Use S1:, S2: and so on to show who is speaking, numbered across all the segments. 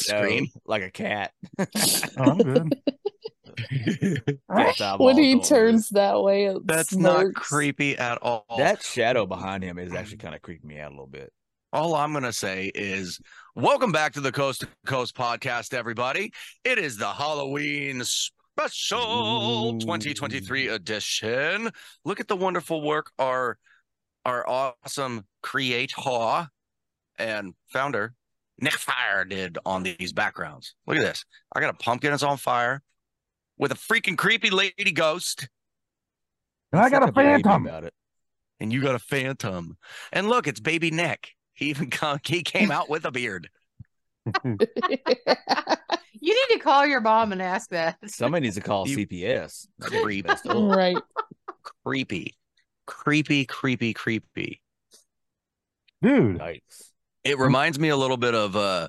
S1: chain like a cat.
S2: Oh, I'm good.
S1: Fifth eyeball
S3: when he
S1: going.
S3: turns that way, it
S2: That's not
S3: smirks.
S2: creepy at all.
S1: That shadow behind him is actually kind of creeping me out a little bit.
S2: All I'm going to say is welcome back to the Coast to Coast podcast, everybody. It is the Halloween special
S1: Ooh.
S2: 2023 edition. Look at the wonderful work our our awesome creator and founder, Nick Fire, did on these backgrounds. Look at this. I got a pumpkin that's on fire with a freaking creepy lady ghost,
S4: And I got a
S1: Fucking baby
S4: phantom.
S1: About it.
S2: and you got a phantom. And look, it's baby Nick. He even come, he came out with a beard.
S5: You need to call your mom and ask that.
S1: Somebody needs to call
S2: You
S1: CPS. That bitch
S2: creep.
S1: messed up.
S3: right.
S2: creepy, creepy, creepy, creepy.
S4: Dude,
S1: Yikes.
S2: It reminds me a little bit of uh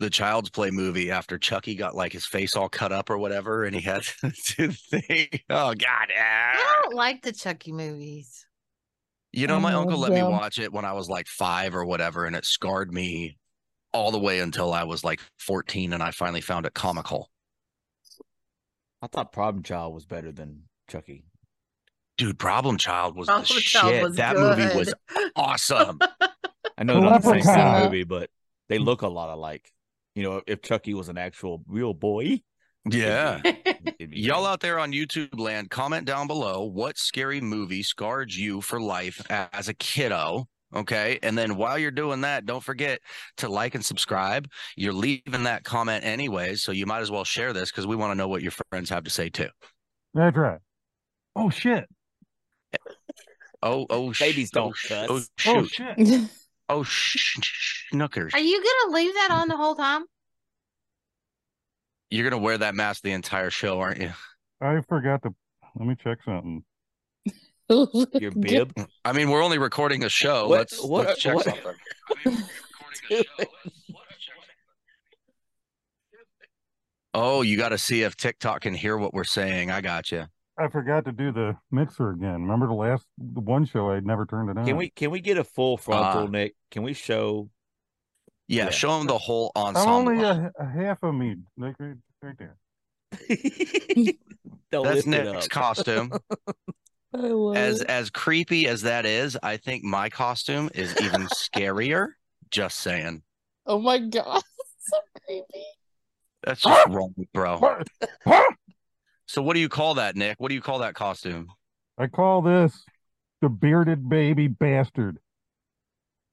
S2: the Child's Play movie after Chucky got like his face all cut up or whatever, and he had to thing. Oh God!
S5: I
S2: ah.
S5: don't like the Chucky movies.
S2: You know, my
S3: Oh,
S2: uncle let me
S3: yeah.
S2: watch it when I was like five or whatever, and it scarred me all the way until I was like fourteen, and I finally found it comical.
S1: I thought Problem Child was better than Chucky.
S2: Dude, Problem Child was
S5: All
S2: the
S5: the
S2: shit.
S5: child was
S2: Oh, that movie was
S5: good.
S2: awesome.
S1: I know they're not the same kind
S3: Leprechaun.
S1: of movie, but they look a lot alike. You know, if Chucky was an actual real boy,
S2: yeah.
S1: it'd be
S2: Y'all
S1: great.
S2: out there on YouTube land, comment down below what scary movie scarred you for life a- as a kiddo. Okay. And then while you're doing that, don't forget to like and subscribe. You're leaving that comment anyways. So you might as well share this because we want to know what your friends have to say too.
S4: that's right. Oh shit.
S2: Oh, oh, sh-
S1: Babies
S2: oh,
S1: don't
S2: sh-
S1: cuss.
S2: Oh,
S4: Oh
S2: shoot.
S4: shit.
S2: Oh, sh- sh- schnookers.
S5: Are you gonna leave that on the whole time?
S2: You're going to wear that mask the entire show, aren't you?
S4: I forgot to let me check something.
S1: Your bib.
S2: I mean, we're only recording a show.
S1: What-
S2: let's,
S1: what-
S2: let's check
S1: what-
S2: something. Oh, you got to see if TikTok can hear what we're saying. I got you.
S4: I forgot to do the mixer again. Remember the last the one show I never turned it on.
S1: Can we can we get a full frontal,
S2: Uh,
S1: Nick? Can we show
S2: Yeah,
S1: Yeah.
S2: show them the whole
S4: I'm
S2: ensemble.
S4: only a, a half of me. Like right, right there.
S1: Don't lift
S2: That's
S1: it
S2: Nick's
S1: up.
S2: costume.
S3: I love
S2: As
S3: it.
S2: as creepy as that is, I think my costume is even scarier. Just saying.
S3: Oh my god, so creepy.
S2: That's just wrong,
S1: Oh.
S2: bro.
S4: What? Huh?
S2: So what do you call that, Nick? What do you call that costume?
S4: I call this the bearded baby bastard.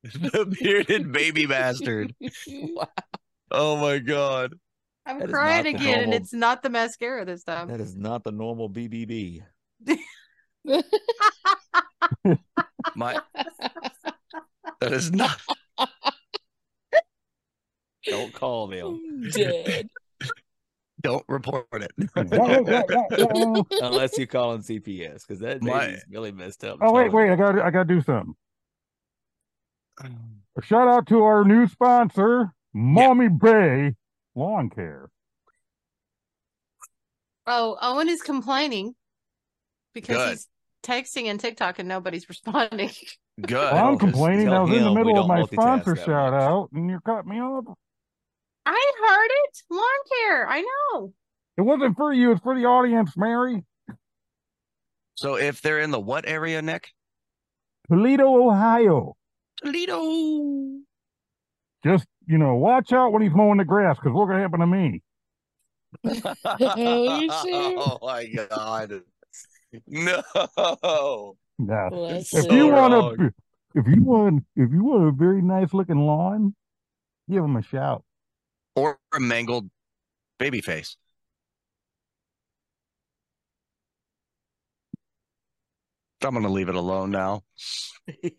S2: the bearded baby bastard. Oh my god.
S5: I'm
S1: That is not
S5: crying
S1: the
S5: again, and
S1: normal-
S5: it's not the mascara this time.
S1: That is not the normal BBB.
S2: My that is not
S1: Don't call them
S3: Dead.
S2: don't report
S4: Whoa,
S2: it.
S4: whoa, whoa, whoa.
S1: unless you're calling CPS because that
S2: My-
S1: baby's really messed up.
S4: oh wait, wait, I got to I gotta do something. A shout out to our new sponsor, Mommy Bay Lawn Care.
S5: Oh, Owen is complaining because
S2: Good.
S5: he's texting and TikTok and nobody's responding.
S2: Good.
S4: Well, I'm
S1: Just
S4: complaining. I
S1: tell
S4: was in the
S1: him we
S4: middle
S1: don't
S4: of my
S1: multitask
S4: sponsor
S1: that
S4: shout
S1: much.
S4: out, and you cut me off.
S5: I heard it. Lawn care. I know.
S4: It wasn't for you. It's for the audience, Mary.
S2: So if they're in the what area, Nick?
S4: Toledo, Ohio.
S2: Toledo.
S4: Just you know, watch out when he's mowing the grass, because look what happened to me.
S3: Oh, you serious?
S2: Oh my god. No.
S4: Now,
S3: Bless
S4: if
S3: it.
S4: you
S2: So
S4: want
S2: wrong.
S4: to, if you want, if you want a very nice looking lawn, give him a shout.
S2: Or a mangled baby face. I'm gonna leave it alone now.
S4: I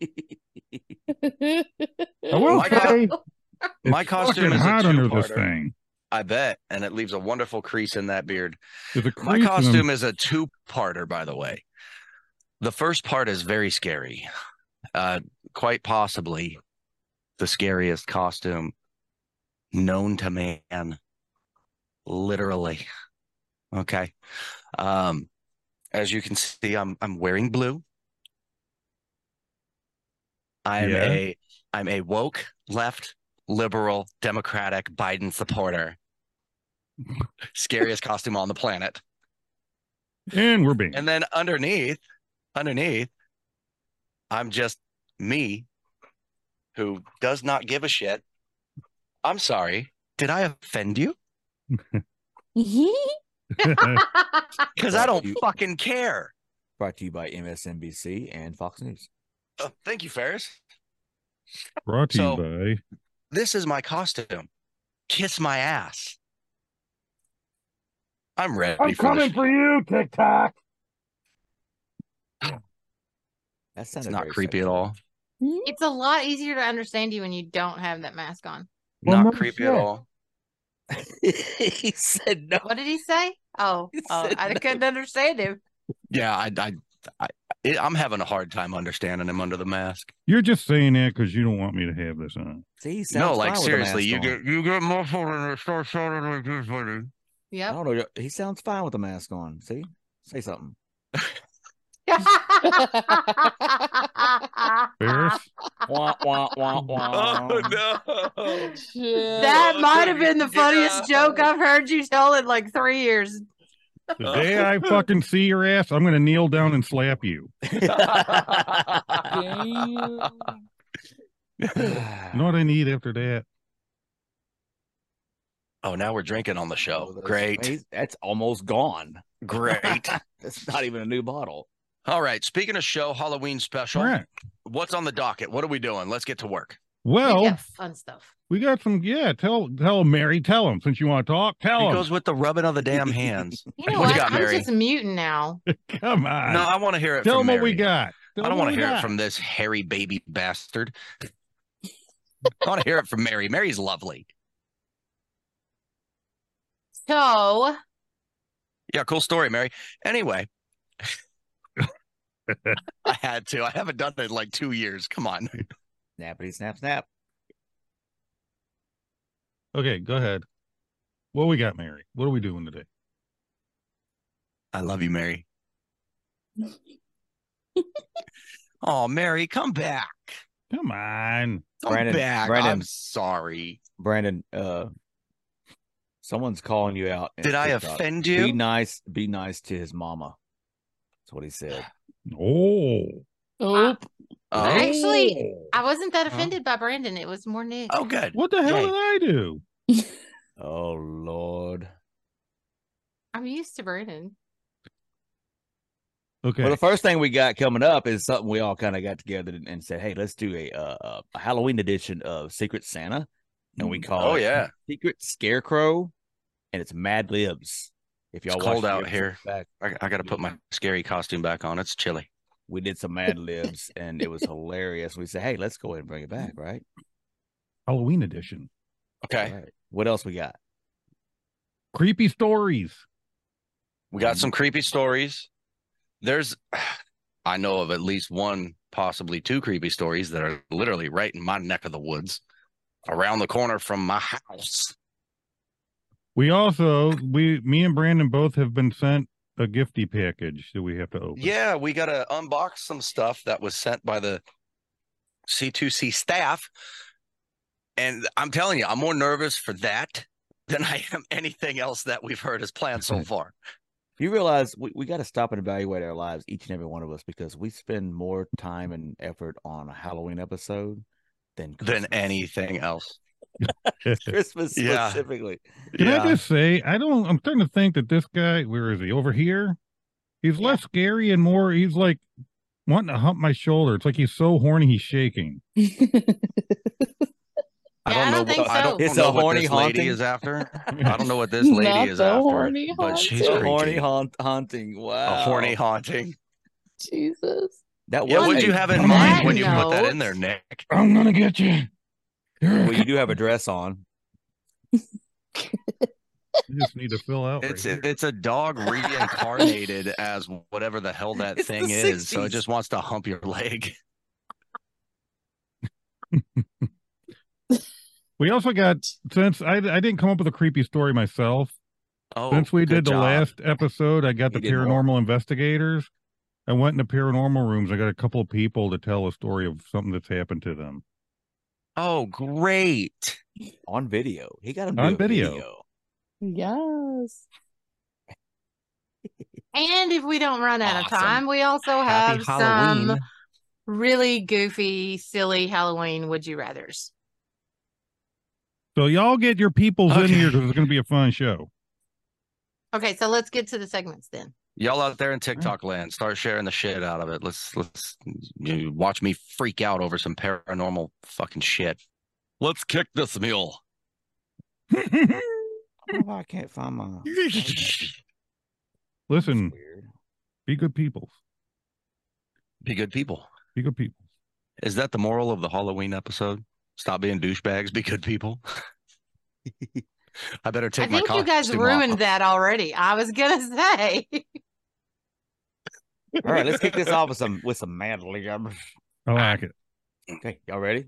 S4: will
S2: my God.
S4: say,
S2: My
S4: it's
S2: costume
S4: fucking
S2: is a
S4: hot under this
S2: two-parter.
S4: thing.
S2: I bet. And it leaves a wonderful crease in that beard.
S4: There's a
S2: My
S4: crease in them.
S2: costume is a two parter, by the way. The first part is very scary, uh, quite possibly the scariest costume known to man, literally. Okay. Um, as you can see, I'm I'm wearing blue. I'm
S4: Yeah.
S2: a I'm a woke left liberal democratic Biden supporter. Scariest costume on the planet.
S4: And we're being.
S2: And then underneath, underneath, I'm just me who does not give a shit. I'm sorry. Did I offend you? Because I
S1: Right,
S2: don't
S1: you-
S2: fucking care.
S1: Brought to you by MSNBC and Fox News.
S2: Uh, thank you, Ferris.
S4: Brought to
S2: So-
S4: you by.
S2: This is my costume. Kiss my ass. I'm ready.
S4: I'm
S2: for
S4: coming
S2: this.
S4: for you, TikTok.
S1: That sounds
S2: It's not creepy at all.
S5: it's a lot easier to understand you when you don't have that mask on.
S4: Well, no
S2: not creepy at
S4: shit.
S2: all.
S1: he said no.
S5: What did he say? Oh,
S1: He
S5: oh
S1: said
S5: I
S1: no.
S5: couldn't understand him.
S2: Yeah, I, I, I it, I'm having a hard time understanding him under the mask.
S4: You're just saying that because you don't want me to have this on.
S1: See, he sounds
S2: No, like
S1: fine with a
S2: seriously, you
S1: mask on.
S2: get you get muffled and it starts sounding like this, buddy.
S1: I
S5: Yep.
S1: don't know. He sounds fine with the mask on. See, say something.
S4: Ferris?
S1: Wah, wah, wah, wah. Oh,
S2: no!
S3: Shit.
S5: That
S2: Oh,
S5: might have been the
S2: God.
S5: funniest joke I've heard you tell in like three years.
S4: The day I fucking see your ass, I'm gonna kneel down and slap you.
S1: Ah.
S3: Damn.
S4: You know what I need after that?
S2: oh, now we're drinking on the
S4: Oh,
S2: show.
S1: That's
S2: Great,
S1: amazing. That's almost gone.
S2: great.
S1: That's not even a new bottle.
S2: All right. Speaking of show, Halloween special.
S4: All right.
S2: What's on the docket? What are we doing? Let's get to work.
S4: Well,
S5: yeah, fun stuff.
S4: we got some. Yeah, tell tell 'em, Mary, tell him since you want to talk.
S2: He
S4: Tell him.
S2: goes with the rubbing of the damn hands.
S5: You know
S2: What
S5: what?
S2: you got,
S5: I'm
S2: Mary?
S5: just a mutant now.
S4: Come on.
S2: no, I want to hear it.
S4: tell
S2: from
S4: him what we
S2: Mary.
S4: got. Tell
S2: I don't
S4: 'em what
S2: want
S4: we
S2: to hear it
S4: got.
S2: from this hairy baby bastard. I want to hear it from Mary. Mary's lovely.
S5: So
S2: Yeah, cool story, Mary. Anyway, I had to. I haven't done it in like two years. Come on.
S1: Snappity snap snap.
S4: Okay, go ahead. What we got, Mary? What are we doing today?
S2: I love you, Mary. oh, Mary, come back.
S4: Come on.
S2: Come
S1: Brandon,
S2: back. I'm
S1: Brandon.
S2: sorry.
S1: Brandon, uh someone's calling you out. in
S2: Did I
S1: TikTok.
S2: offend
S1: Be
S2: you?
S1: nice, be nice to his mama. That's what he said.
S4: Oh.
S3: Oh,
S2: Oh,
S5: Actually- I wasn't that
S2: Huh?
S5: offended by Brandon. It was more Nick.
S2: oh, good.
S4: what the hell
S2: Yay.
S4: did I do?
S1: Oh Lord.
S5: I'm used to Brandon.
S4: Okay.
S1: Well, the first thing we got coming up is something we all kind of got together and- and said, "Hey, let's do a uh, a Halloween edition of Secret Santa," and we call
S2: Oh,
S1: it
S2: yeah.
S1: Secret Scarecrow, and it's Mad Libs. If y'all
S2: It's
S1: watched
S2: cold
S1: the
S2: out
S1: episode
S2: here.
S1: back,
S2: I, I got to put my scary costume back on. It's chilly.
S1: we did some Mad Libs, and it was hilarious. We said, "Hey, let's go ahead and bring it back, right?"
S4: Halloween edition.
S2: Okay.
S1: All right. What else we got?
S4: Creepy stories.
S2: We got some creepy stories. There's, I know of at least one, possibly two creepy stories that are literally right in my neck of the woods, around the corner from my house.
S4: We also we me and Brandon both have been sent a gifty package that we have to open.
S2: Yeah, we got to unbox some stuff that was sent by the C2C staff. And I'm telling you, I'm more nervous for that than I am anything else that we've heard as planned so far.
S1: You realize we, we got to stop and evaluate our lives, each and every one of us, because we spend more time and effort on a Halloween episode than
S2: Than
S1: Christmas.
S2: anything else.
S1: Christmas
S2: Yeah.
S1: specifically.
S4: Can I just say I don't I'm starting to think that this guy, where is he? Over here? He's
S5: Yeah.
S4: less scary and more he's like wanting to hump my shoulder. It's like he's so horny he's shaking.
S5: Yeah, I
S2: what-
S5: don't think
S2: I don't
S5: so.
S1: It's
S2: know
S1: a
S2: what
S1: horny
S2: this
S1: haunting.
S2: lady is after. I don't know what this lady
S3: Not
S2: is
S3: the
S2: after,
S3: horny
S2: but she's
S3: haunting.
S1: A
S2: creepy.
S1: horny haunt, haunting. Wow.
S2: a horny haunting.
S3: Jesus.
S1: That was
S2: Yeah,
S5: Well,
S2: what'd
S1: a-
S2: you have in
S4: on
S2: mind
S4: that
S2: when you put that
S5: note-
S2: in there, Nick?
S4: I'm gonna get you.
S1: Well, you do have a dress on.
S4: You just need to fill out.
S2: It's
S4: right
S2: it's a dog reincarnated as whatever the hell that
S1: It's the
S2: thing is. So it
S1: 60s.
S2: just wants to hump your leg.
S4: We also got since I, I didn't come up with a creepy story myself.
S2: Oh,
S4: since we
S2: good
S4: did the
S2: job.
S4: last episode, I got
S1: You
S4: the
S1: did more.
S4: paranormal investigators. I went into paranormal rooms. I got a couple of people to tell a story of something that's happened to them.
S2: Oh, great!
S1: On video. He got him to
S4: On
S1: do a
S4: video.
S1: video.
S3: Yes.
S5: And if we don't run out of
S2: Awesome.
S5: time, we also have
S2: Happy Halloween.
S5: some really goofy, silly Halloween would you rather's.
S4: So y'all get your peoples in
S2: Okay.
S4: here because it's going to be a fun show.
S5: Okay, so let's get to the segments then.
S2: Y'all out there in TikTok land, start sharing the shit out of it. Let's let's you know, watch me freak out over some paranormal fucking shit. Let's kick this mule.
S1: I don't know why I can't find my.
S4: Listen,
S1: That's weird.
S4: be good peoples.
S2: Be good people.
S4: Be good people.
S2: Is that the moral of the Halloween episode? Stop being douchebags. Be good people. I better take
S5: I think
S2: my
S5: you guys
S2: costume
S5: ruined
S2: off.
S5: that already. I was gonna say.
S1: All right, let's kick this off with some with some mad lib.
S4: I like it.
S1: Okay, y'all ready?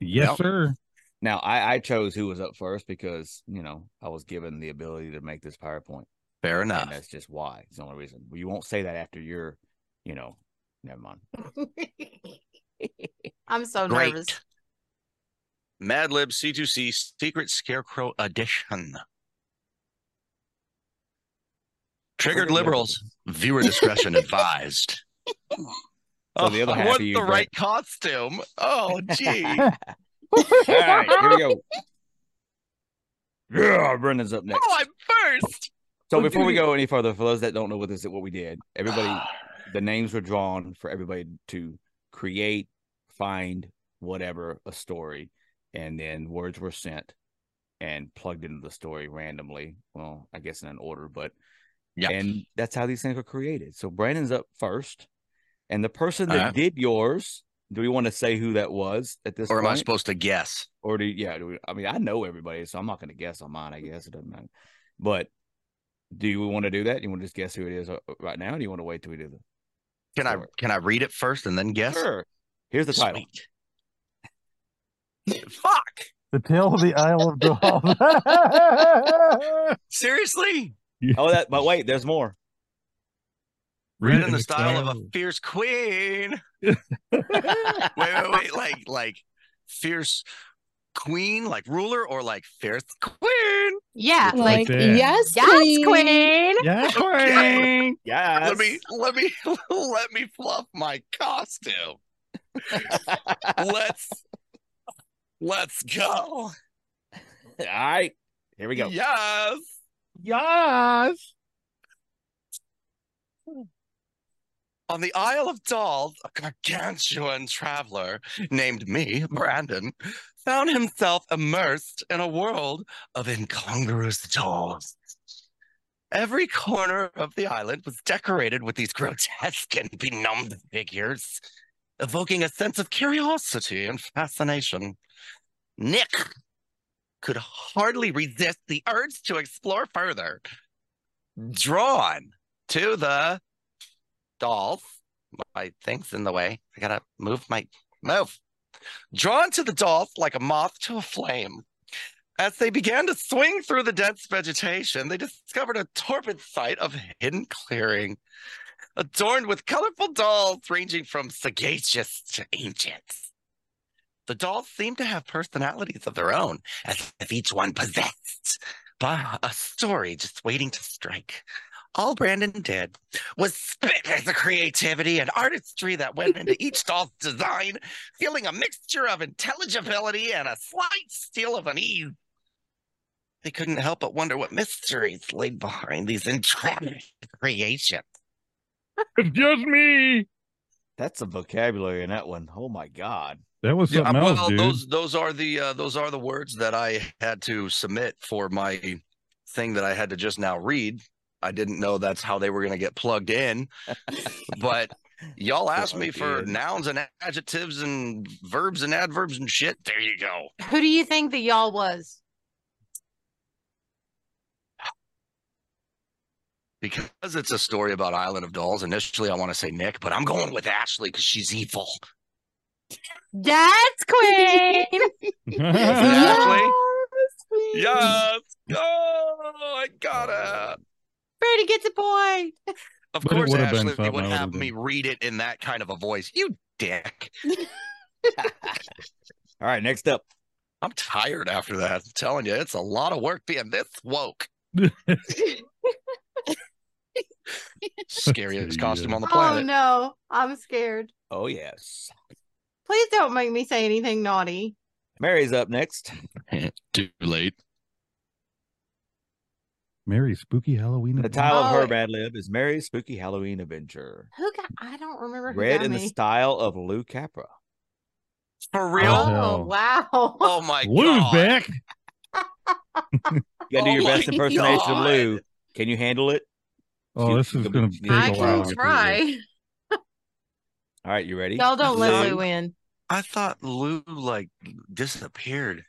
S4: Yes,
S2: Yep.
S4: sir.
S1: Now I I chose who was up first because you know I was given the ability to make this PowerPoint,
S2: Fair enough.
S1: and that's just why. It's the only reason. You won't say that after you're, you know, never mind.
S5: I'm so
S2: Great.
S5: nervous.
S2: Mad Lib C2C Secret Scarecrow Edition. Triggered liberals, viewer discretion advised.
S1: So the other
S2: Oh, I
S1: half
S2: want
S1: of you
S2: the
S1: got-
S2: right costume. Oh, gee.
S1: All right, here we go. Yeah, Brendan's up next.
S2: oh, I'm first.
S1: So before we go any further, for those that don't know what this what we did, everybody the names were drawn for everybody to create, find whatever a story, and then words were sent and plugged into the story randomly. Well, I guess in an order, but
S2: Yeah.
S1: and that's how these things are created. So Brandon's up first, and the person that
S2: Alright.
S1: did yours. Do we want to say who that was at this
S2: or am
S1: point?
S2: I supposed to guess?
S1: or do yeah? Do we, I mean, I know everybody, so I'm not going to guess on mine. I guess it doesn't matter. But do you want to do that? You want to just guess who it is uh, right now? Or do you want to wait till we do the
S2: Can I
S1: Sure.
S2: can I read it first and then guess?
S1: Sure. Here's the title.
S2: Sweet. Fuck.
S6: The tale of the Isle of Dogs.
S2: Seriously?
S1: Oh, that. But wait, there's more.
S2: Read in the style of a fierce queen.
S1: I
S2: wait, wait, wait. Like, like fierce queen, like ruler, or like fierce queen.
S5: Yeah,
S4: It's
S3: Like,
S5: like
S4: like that.
S3: yes,
S5: yes, Queen.
S4: Yeah.
S2: Okay.
S1: Yes.
S2: Let me, let me, let me fluff my costume. let's, let's go.
S1: All right. Here we go.
S2: Yes.
S4: Yes.
S2: On the Isle of Dolls, a gargantuan traveler named me, Brandon, found himself immersed in a world of incongruous dolls. Every corner of the island was decorated with these grotesque and benumbed figures, evoking a sense of curiosity and fascination. Nick could hardly resist the urge to explore further, drawn to the dolls. My thing's in the way. I gotta move my move. Drawn to the dolls like a moth to a flame. As they began to swing through the dense vegetation, they discovered a torpid sight of hidden clearing, adorned with colorful dolls ranging from sagacious to ancient. The dolls seemed to have personalities of their own, as if each one possessed by a story just waiting to strike. All Brandon did was spit at the creativity and artistry that went into each doll's design, feeling a mixture of intelligibility and a slight steal of an ease. They couldn't help but wonder what mysteries lay behind these entrapping creations.
S4: It's just me.
S1: That's some vocabulary in that one. Oh my God.
S4: That was something
S2: well,
S4: else, dude.
S2: those those are the uh, those are the words that I had to submit for my thing that I had to just now read. I didn't know that's how they were going to get plugged in, but y'all asked me for
S1: Plugged in.
S2: nouns and adjectives and verbs and adverbs and shit. There you go.
S5: Who do you think the y'all was?
S2: Because it's a story about Island of Dolls. Initially, I want to say Nick, but I'm going with Ashley because she's evil.
S5: That's Queen.
S2: Ashley?
S3: Queen.
S2: Yes. Oh, I gotta.
S5: Brady gets a point.
S2: Of
S4: But it
S2: course,
S4: would have been
S2: Ashley
S4: something
S2: would
S4: I would
S2: have
S4: have
S2: me read it in that kind of a voice. You dick.
S1: All right. Next up.
S2: I'm tired after that. I'm telling you, it's a lot of work being this woke. Scariest costume on the
S5: Oh
S2: planet.
S5: no, I'm scared.
S1: Oh yes.
S5: Please don't make me say anything naughty.
S1: Mary's up next.
S2: Too late.
S4: Merry spooky Halloween.
S1: The title of her
S5: Oh.
S1: bad lib is Mary's Spooky Halloween Adventure.
S5: Who got? I don't remember. Who
S1: Read
S5: got
S1: in
S5: me.
S1: the style of Lou Capra.
S2: For
S5: Oh
S2: real? Oh,
S4: hell.
S5: wow!
S2: my
S4: Lou's
S2: god.
S4: back.
S1: You gotta do
S2: Oh
S1: your best
S2: my
S1: impersonation of
S2: God.
S1: Lou. Can you handle it?
S4: Oh, this
S1: She-
S4: is
S1: she-
S4: gonna
S1: she-
S4: take
S5: I
S4: a
S5: can
S4: while. to do this.
S5: try.
S1: All right, you ready?
S5: Y'all don't let
S2: Lou.
S5: Lou in.
S2: I thought Lou like disappeared.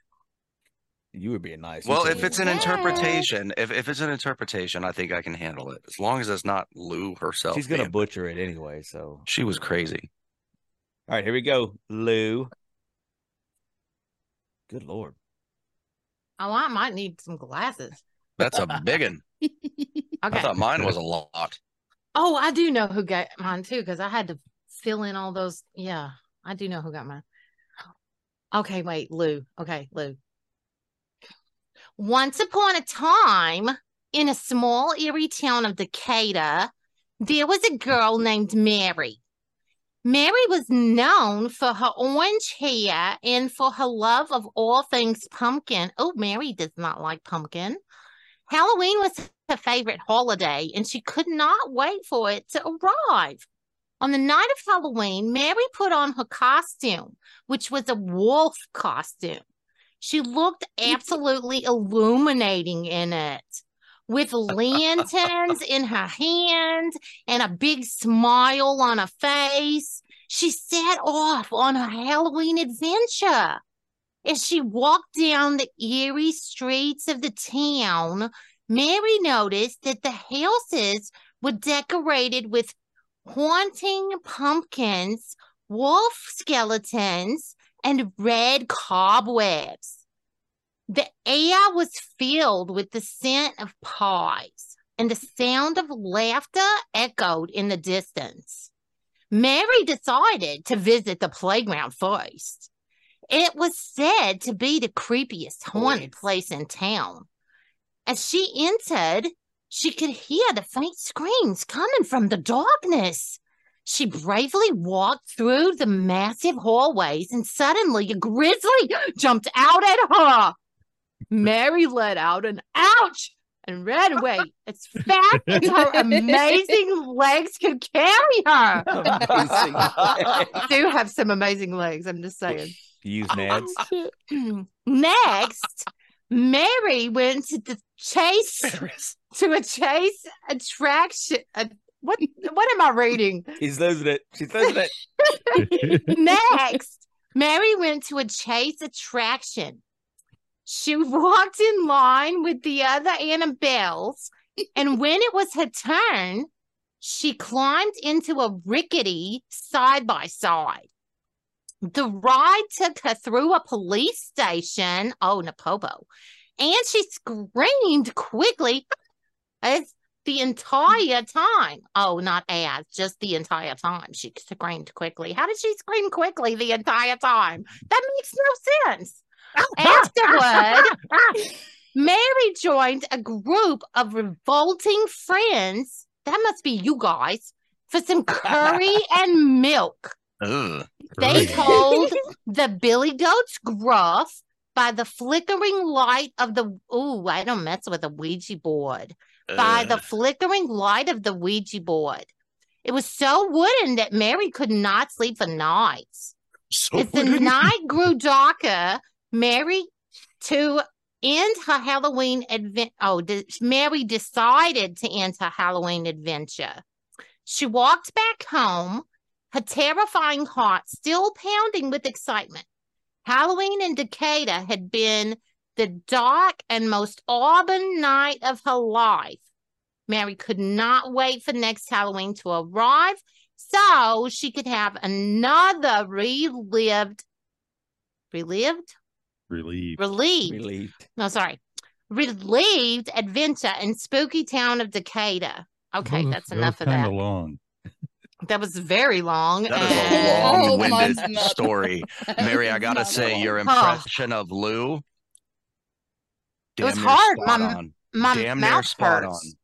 S1: You were being nice. You
S2: Well,
S1: told
S2: if
S1: me
S2: it's an
S1: what-
S5: Yeah.
S2: interpretation, if, if it's an interpretation, I think I can handle it. As long as it's not Lou herself.
S1: she's gonna
S2: Man,
S1: butcher it anyway. So,
S2: She was crazy.
S1: all right, here we go, Lou. Good lord,
S5: Oh, I might need some glasses.
S2: That's a big one. I
S5: Okay.
S2: thought mine was a lot.
S5: Oh, I do know who got mine too, because I had to fill in all those. Yeah, I do know who got mine. Okay, wait, Lou. Okay, Lou. Once upon a time, in a small eerie town of Decatur, there was a girl named Mary. Mary was known for her orange hair and for her love of all things pumpkin. Oh, Mary does not like pumpkin. Halloween was her favorite holiday, and she could not wait for it to arrive. On the night of Halloween, Mary put on her costume, which was a wolf costume. She looked absolutely illuminating in it, with lanterns in her hand and a big smile on her face. She set off on her Halloween adventure. As she walked down the eerie streets of the town, Mary noticed that the houses were decorated with haunting pumpkins, wolf skeletons, and red cobwebs. The air was filled with the scent of pies, and the sound of laughter echoed in the distance. Mary decided to visit the playground first. It was said to be the creepiest haunted place in town. As she entered, she could hear the faint screams coming from the darkness. She bravely walked through the massive hallways, and suddenly a grizzly jumped out at her. Mary let out an ouch and ran away as fast as her amazing legs could carry her. I do have some amazing legs, I'm just saying.
S1: use nads.
S5: Next, Mary went to the chase to a chase attraction. a- what what am I reading?
S1: He's losing it. She's losing it.
S5: Next, Mary went to a chase attraction. She walked in line with the other Annabelles, and when it was her turn, she climbed into a rickety side by side. The ride took her through a police station. Oh, Napobo. And she screamed quickly as the entire time. Oh, not as, just the entire time. She screamed quickly. How did she scream quickly the entire time? That makes no sense. Afterward, Mary joined a group of revolting friends. That must be you guys for some curry and milk.
S2: Ugh.
S5: They
S4: Great.
S5: told the Billy Goat's gruff by the flickering light of the ooh, I don't mess with a Ouija board. By the
S2: Ugh.
S5: flickering light of the Ouija board. It was so wooden that Mary could not sleep for nights.
S2: So
S5: As the
S2: wooden.
S5: night grew darker, Mary to end her Halloween advent. Oh, de- Mary decided to end her Halloween adventure. She walked back home, her terrifying heart still pounding with excitement. Halloween in Decatur had been the dark and most auburn night of her life. Mary could not wait for next Halloween to arrive so she could have another relived, relived,
S4: Relieved.
S5: relieved.
S1: Relieved.
S5: No, sorry, relieved adventure in spooky town of Decatur. Okay,
S4: That was-
S5: that's enough
S4: that
S5: of
S4: was
S5: that.
S4: kinda long.
S5: That was very long.
S2: That is a
S5: and-
S3: Oh,
S2: long
S3: mine's
S2: winded
S3: not.
S2: story. Mary, I gotta say, your
S5: Huh.
S2: impression of Lou.
S5: It was
S2: damn near
S5: hard,
S2: spot
S5: Mom.
S2: on.
S5: my
S2: Damn near
S5: mouth
S2: spot
S5: hurts.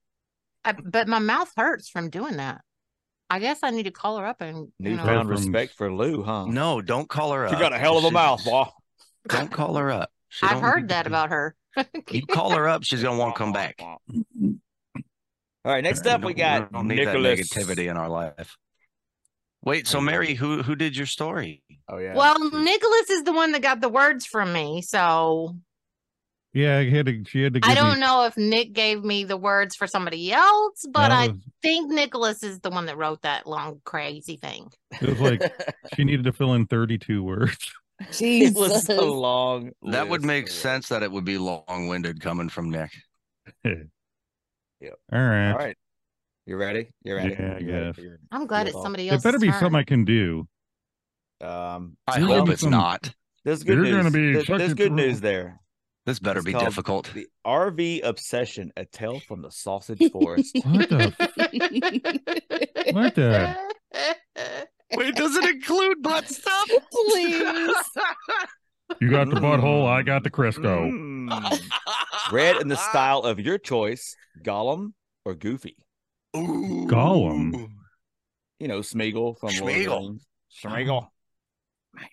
S2: on.
S5: I, but my mouth hurts from doing that. I guess I need to call her up and you know,
S1: Newfound
S4: Her from-
S1: respect for Lou, huh?
S2: No, don't call her up.
S1: you got a hell of a
S2: She-
S1: mouth, boy.
S2: Don't call her up. She
S5: I've
S2: don't need
S5: heard
S2: to
S5: that
S2: be-
S5: about her.
S2: You call her up, she's gonna want to come back.
S1: All right, next
S2: We
S1: up we
S2: don't-
S1: got
S2: don't need that
S1: Nicholas.
S2: negativity in our life. Wait, so Mary, who who did your story?
S1: Oh yeah.
S5: Well, Nicholas is the one that got the words from me, so
S4: Yeah, I had to, she had to. Give
S5: I don't
S4: me,
S5: know if Nick gave me the words for somebody else, but
S4: that
S5: I
S4: was-
S5: think Nicholas is the one that wrote that long crazy thing.
S4: It was like she needed to fill in 32 words.
S1: it
S3: Jesus.
S1: was a long.
S2: That would
S1: list
S2: make
S1: of
S2: sense that it would be long winded coming from Nick.
S4: All right.
S1: words. All right, you ready? You ready?
S4: Yeah, I
S1: You ready
S4: guess.
S1: for your-
S5: I'm glad
S1: Yeah.
S5: it's somebody
S4: It
S5: else.
S4: better be something I can do.
S1: Um,
S2: I
S4: You're gonna
S2: hope
S4: be
S2: it's
S4: some-
S2: not.
S1: there's good
S4: You're
S1: news.
S4: gonna be
S1: There's- there's
S4: sucking
S1: good
S4: through.
S1: news there.
S2: This better
S1: It's
S2: be
S1: called
S2: difficult.
S1: The RV obsession: A Tale from the Sausage Forest.
S4: What the What the-
S2: Wait, does it include butt stuff?
S3: Please.
S4: You got the butthole. I got the Crisco.
S1: Mm. Read in the style of your choice, Gollum or Goofy.
S2: Ooh.
S4: Gollum.
S1: You know, Smeagol from Lord of the
S2: Smeagol.
S1: Rings. Smeagol.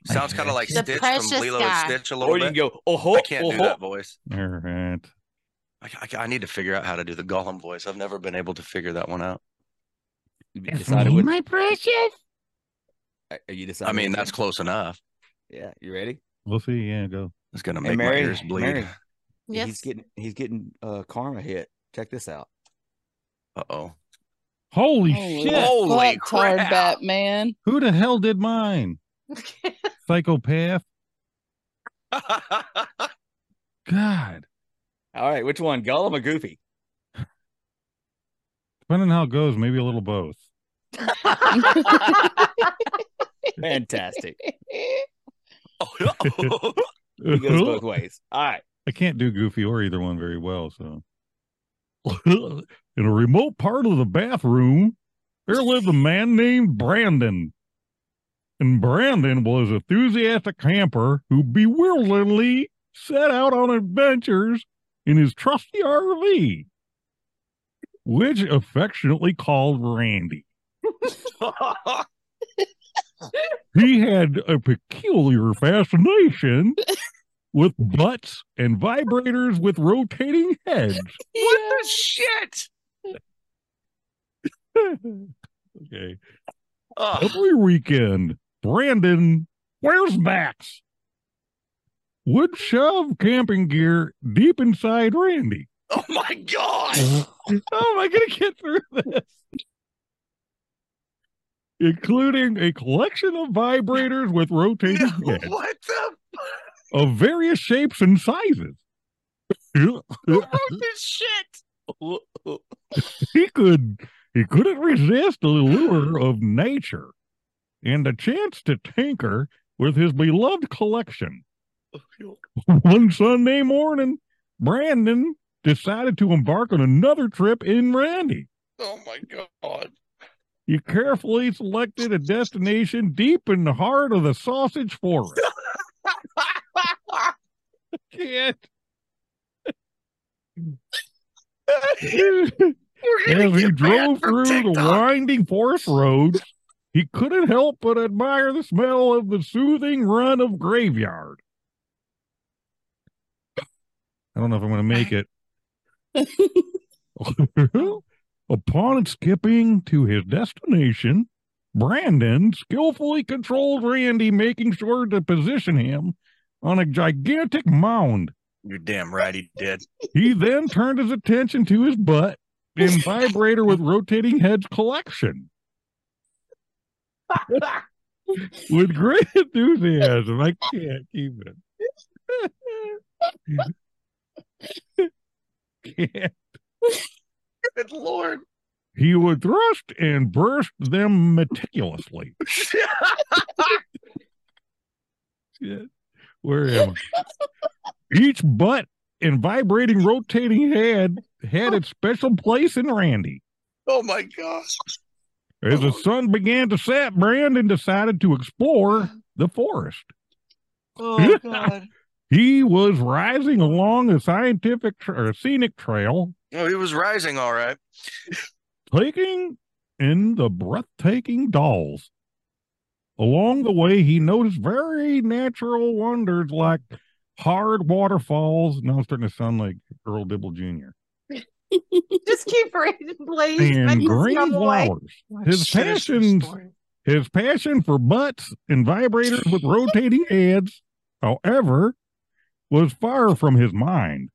S2: Sounds kind of like
S5: The
S2: Stitch from
S5: precious
S2: Lilo
S5: guy.
S2: and Stitch a
S1: Or
S2: little
S1: you can
S2: bit.
S1: go, oh ho,
S2: I can't
S1: oh
S2: do
S1: ho.
S2: that voice.
S4: All right.
S2: I, I, I need to figure out how to do the Gollum voice. I've never been able to figure that one out.
S1: You decided what,
S5: my precious.
S1: you decided
S2: I mean,
S1: what-
S2: that's close enough.
S1: Yeah, you ready?
S4: We'll see. Yeah, go.
S2: It's gonna
S1: Hey,
S2: make
S1: Mary,
S2: my ears bleed.
S1: Mary.
S5: Yes.
S1: He's getting he's getting uh karma hit. Check this out.
S2: Uh oh.
S4: Holy shit.
S2: Holy
S3: fuck-tard
S2: crap.
S3: Batman.
S4: Who the hell did mine? Psychopath? God.
S1: All right, which one? Gollum or Goofy?
S4: Depending on how it goes, maybe a little both.
S1: Fantastic.
S2: Oh, I
S1: It goes both ways. All right.
S4: I can't do Goofy or either one very well, so. In a remote part of the bathroom, there lived a man named Brandon. And Brandon was an enthusiastic camper who bewilderingly set out on adventures in his trusty RV, which affectionately called Randy. He had a peculiar fascination with butts and vibrators with rotating heads.
S2: What the shit?
S4: okay.
S2: Ugh.
S4: Every weekend, Brandon, where's Max? Would shove camping gear deep inside Randy.
S2: Oh my god.
S4: How am I going to get through this? Including a collection of vibrators with rotating
S2: No,
S4: heads
S2: what the
S4: of various shapes and sizes.
S2: who wrote this shit?
S4: he could he couldn't resist the lure of nature and the chance to tinker with his beloved collection. One Sunday morning, Brandon decided to embark on another trip in Randy.
S2: Oh my god.
S4: He carefully selected a destination deep in the heart of the sausage forest. Can't.
S2: We're gonna
S4: As he
S2: get banned from
S4: drove through the
S2: TikTok.
S4: winding forest roads, he couldn't help but admire the smell of the soothing run of graveyard. I don't know if I'm going to make it. Upon skipping to his destination, Brandon skillfully controlled Randy, making sure to position him on a gigantic mound.
S2: You're damn right he did.
S4: He then turned his attention to his butt and vibrator with rotating heads collection. with great enthusiasm. I can't keep it. Can't.
S2: Good lord.
S4: He would thrust and burst them meticulously. Shit. Where am I? Each butt and vibrating rotating head had its special place in Randy.
S2: oh my gosh.
S4: As the sun began to set, Brandon decided to explore the forest.
S2: Oh god.
S4: He was rising along a scientific tra- or scenic trail,
S2: Oh, he was rising all right.
S4: taking in the breathtaking dolls. Along the way, he noticed very natural wonders like hard waterfalls. Now I'm starting to sound like Earl Dibble Jr.
S5: Just keep reading, please.
S4: and
S5: Make us
S4: green
S5: some light.
S4: flowers. His passions his passion for butts and vibrators with rotating heads, however, was far from his mind.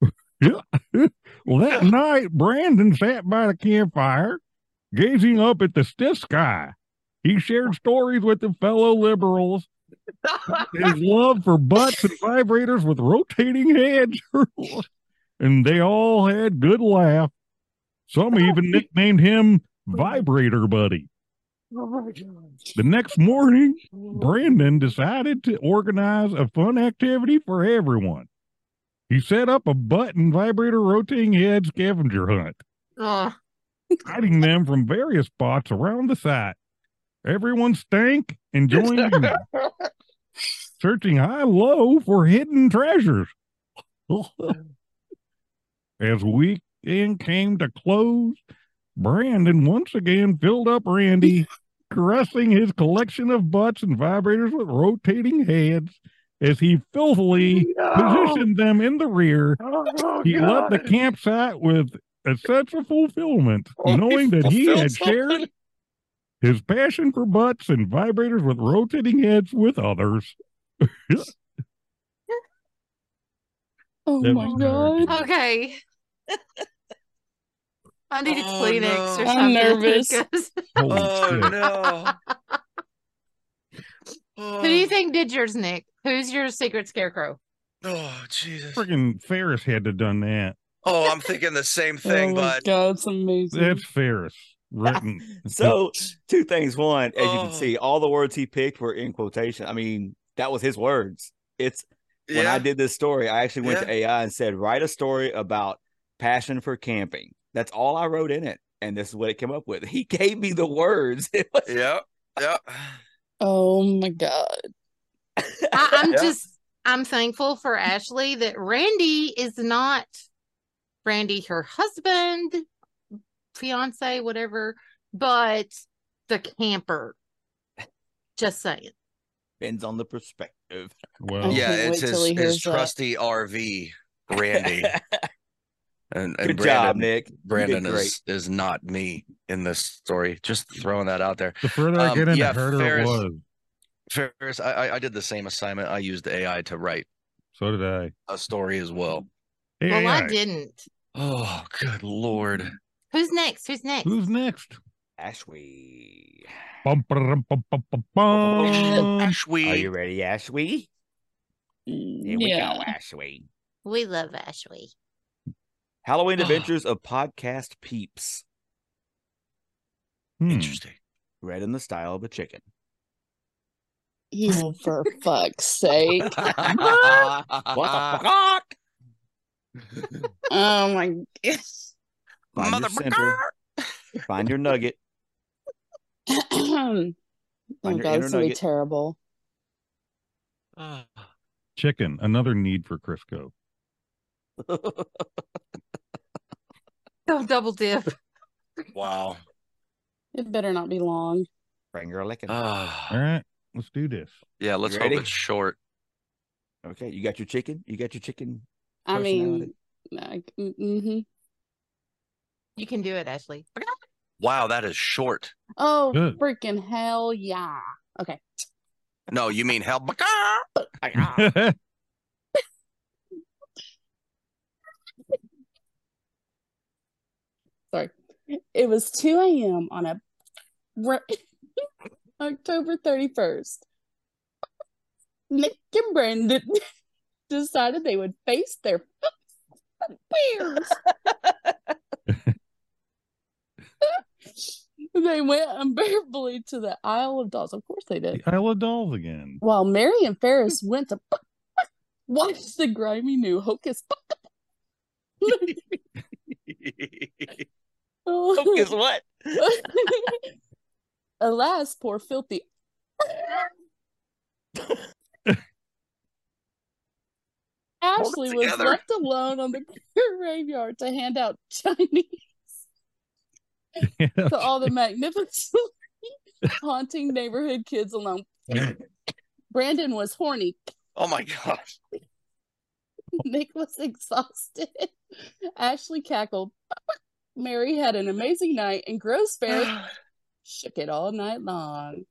S4: Yeah. well, that night, Brandon sat by the campfire, gazing up at the stiff sky. He shared stories with his fellow liberals. his love for butts and vibrators with rotating heads, and they all had good laugh. Some even nicknamed him Vibrator Buddy.
S3: Oh my god.
S4: The next morning, Brandon decided to organize a fun activity for everyone. He set up a button vibrator rotating head scavenger hunt,
S5: Ugh.
S4: hiding them from various spots around the site. Everyone stank and joined in, searching high and low for hidden treasures. As weekend came to close, Brandon once again filled up Randy, caressing his collection of butts and vibrators with rotating heads as he filthily positioned them in the rear.
S2: Oh,
S4: he left the campsite with a sense of fulfillment,
S2: Oh, he
S4: knowing that he had
S2: fulfilled
S4: shared his passion for butts and vibrators with rotating heads with others.
S3: Oh
S4: That
S3: my
S4: was
S3: god.
S4: hard.
S5: Okay. I needed
S2: Oh,
S5: Kleenex
S2: no.
S5: or something.
S3: I'm nervous.
S5: 'cause-
S4: Holy shit.
S2: Oh no.
S5: Who do you think did yours, Nick? Who's your secret scarecrow?
S2: Oh Jesus.
S4: Freaking Ferris had to done that.
S2: Oh, I'm thinking the same
S3: oh
S2: thing,
S3: my
S2: bud.
S3: god, it's amazing.
S4: That's Ferris written.
S1: So two things. One, as you
S2: Oh.
S1: can see, all the words he picked were in quotation. I mean, that was his words. It's when I
S2: Yeah.
S1: did this story, I actually went to AI and said, write a story about passion for camping. That's all I wrote in it. And this is what it came up with. He gave me the words. It was
S2: Yep. Yep.
S3: oh my god.
S5: I, I'm
S2: Yeah.
S5: just I'm thankful for Ashley that Randy is not Randy, her husband, fiance, whatever, but the camper. Just saying.
S1: depends on the perspective.
S4: Well,
S2: Yeah,
S3: can't
S2: it's
S3: wait
S2: his,
S3: till he
S2: his
S3: hears that.
S2: trusty RV, Randy. and, and
S1: Good
S2: Brandon,
S1: job, Nick. You did
S2: Brandon
S1: great.
S2: is is not me in this story. Just throwing that out there.
S4: the further I
S2: Um,
S4: get in,
S2: yeah,
S4: the harder
S2: Ferris-
S4: it was.
S2: Ferris, I, I I did the same assignment. I used AI to write
S4: So did I.
S2: a story as well.
S4: Hey,
S5: well, I
S4: AI,
S5: didn't.
S2: Oh, good lord.
S5: Who's next? Who's next?
S4: Who's next?
S1: Ashwee.
S4: Bum, ba-da-dum, bum, bum,
S2: Oh,
S4: bum, bum.
S1: Oh. Are
S2: Ashwee.
S1: you ready, Ashwee? Here we
S3: yeah.
S1: go, Ashwee.
S5: we love Ashley.
S2: Ah.
S1: Halloween Adventures of Podcast Peeps,
S4: Hmm.
S2: Interesting.
S1: read in the style of a chicken.
S3: Oh, for fuck's sake.
S1: What
S2: Uh-uh.
S1: the fuck?
S3: Oh my goodness.
S1: Find your center. Find your nugget.
S3: oh
S1: On your
S3: god, this
S1: inner
S3: is gonna be
S1: nugget.
S3: terrible.
S4: Chicken, another need for Crisco.
S5: Go double dip.
S2: Wow.
S3: It better not be long.
S1: Bring her a licking.
S4: All
S2: Ah.
S4: right, let's do this.
S2: yeah, let's
S1: You
S2: hope
S1: ready?
S2: it's short.
S1: okay, you got your chicken. You got your chicken.
S3: I mean,
S1: Personality.
S3: hmm
S5: You can do it, Ashley.
S2: Wow, that is short.
S3: Oh,
S4: Good.
S3: freaking hell yeah. Okay.
S2: No, you mean hell.
S3: Sorry. It was 2 a.m. on a October 31st. Nick and Brandon decided they would face their fears. they went unbearably to the Isle of Dolls. Of course they did.
S4: the Isle of Dolls again.
S3: While Mary and Ferris went to watch the grimy new Hocus
S1: Focus what?
S3: Alas, poor filthy. Ashley was
S2: together.
S3: left alone on the graveyard to hand out Chinese to all the magnificently haunting neighborhood kids alone. Brandon was horny.
S2: Oh my gosh.
S3: Nick was exhausted. Ashley cackled. Mary had an amazing night, and Gross Bear shook it all night long.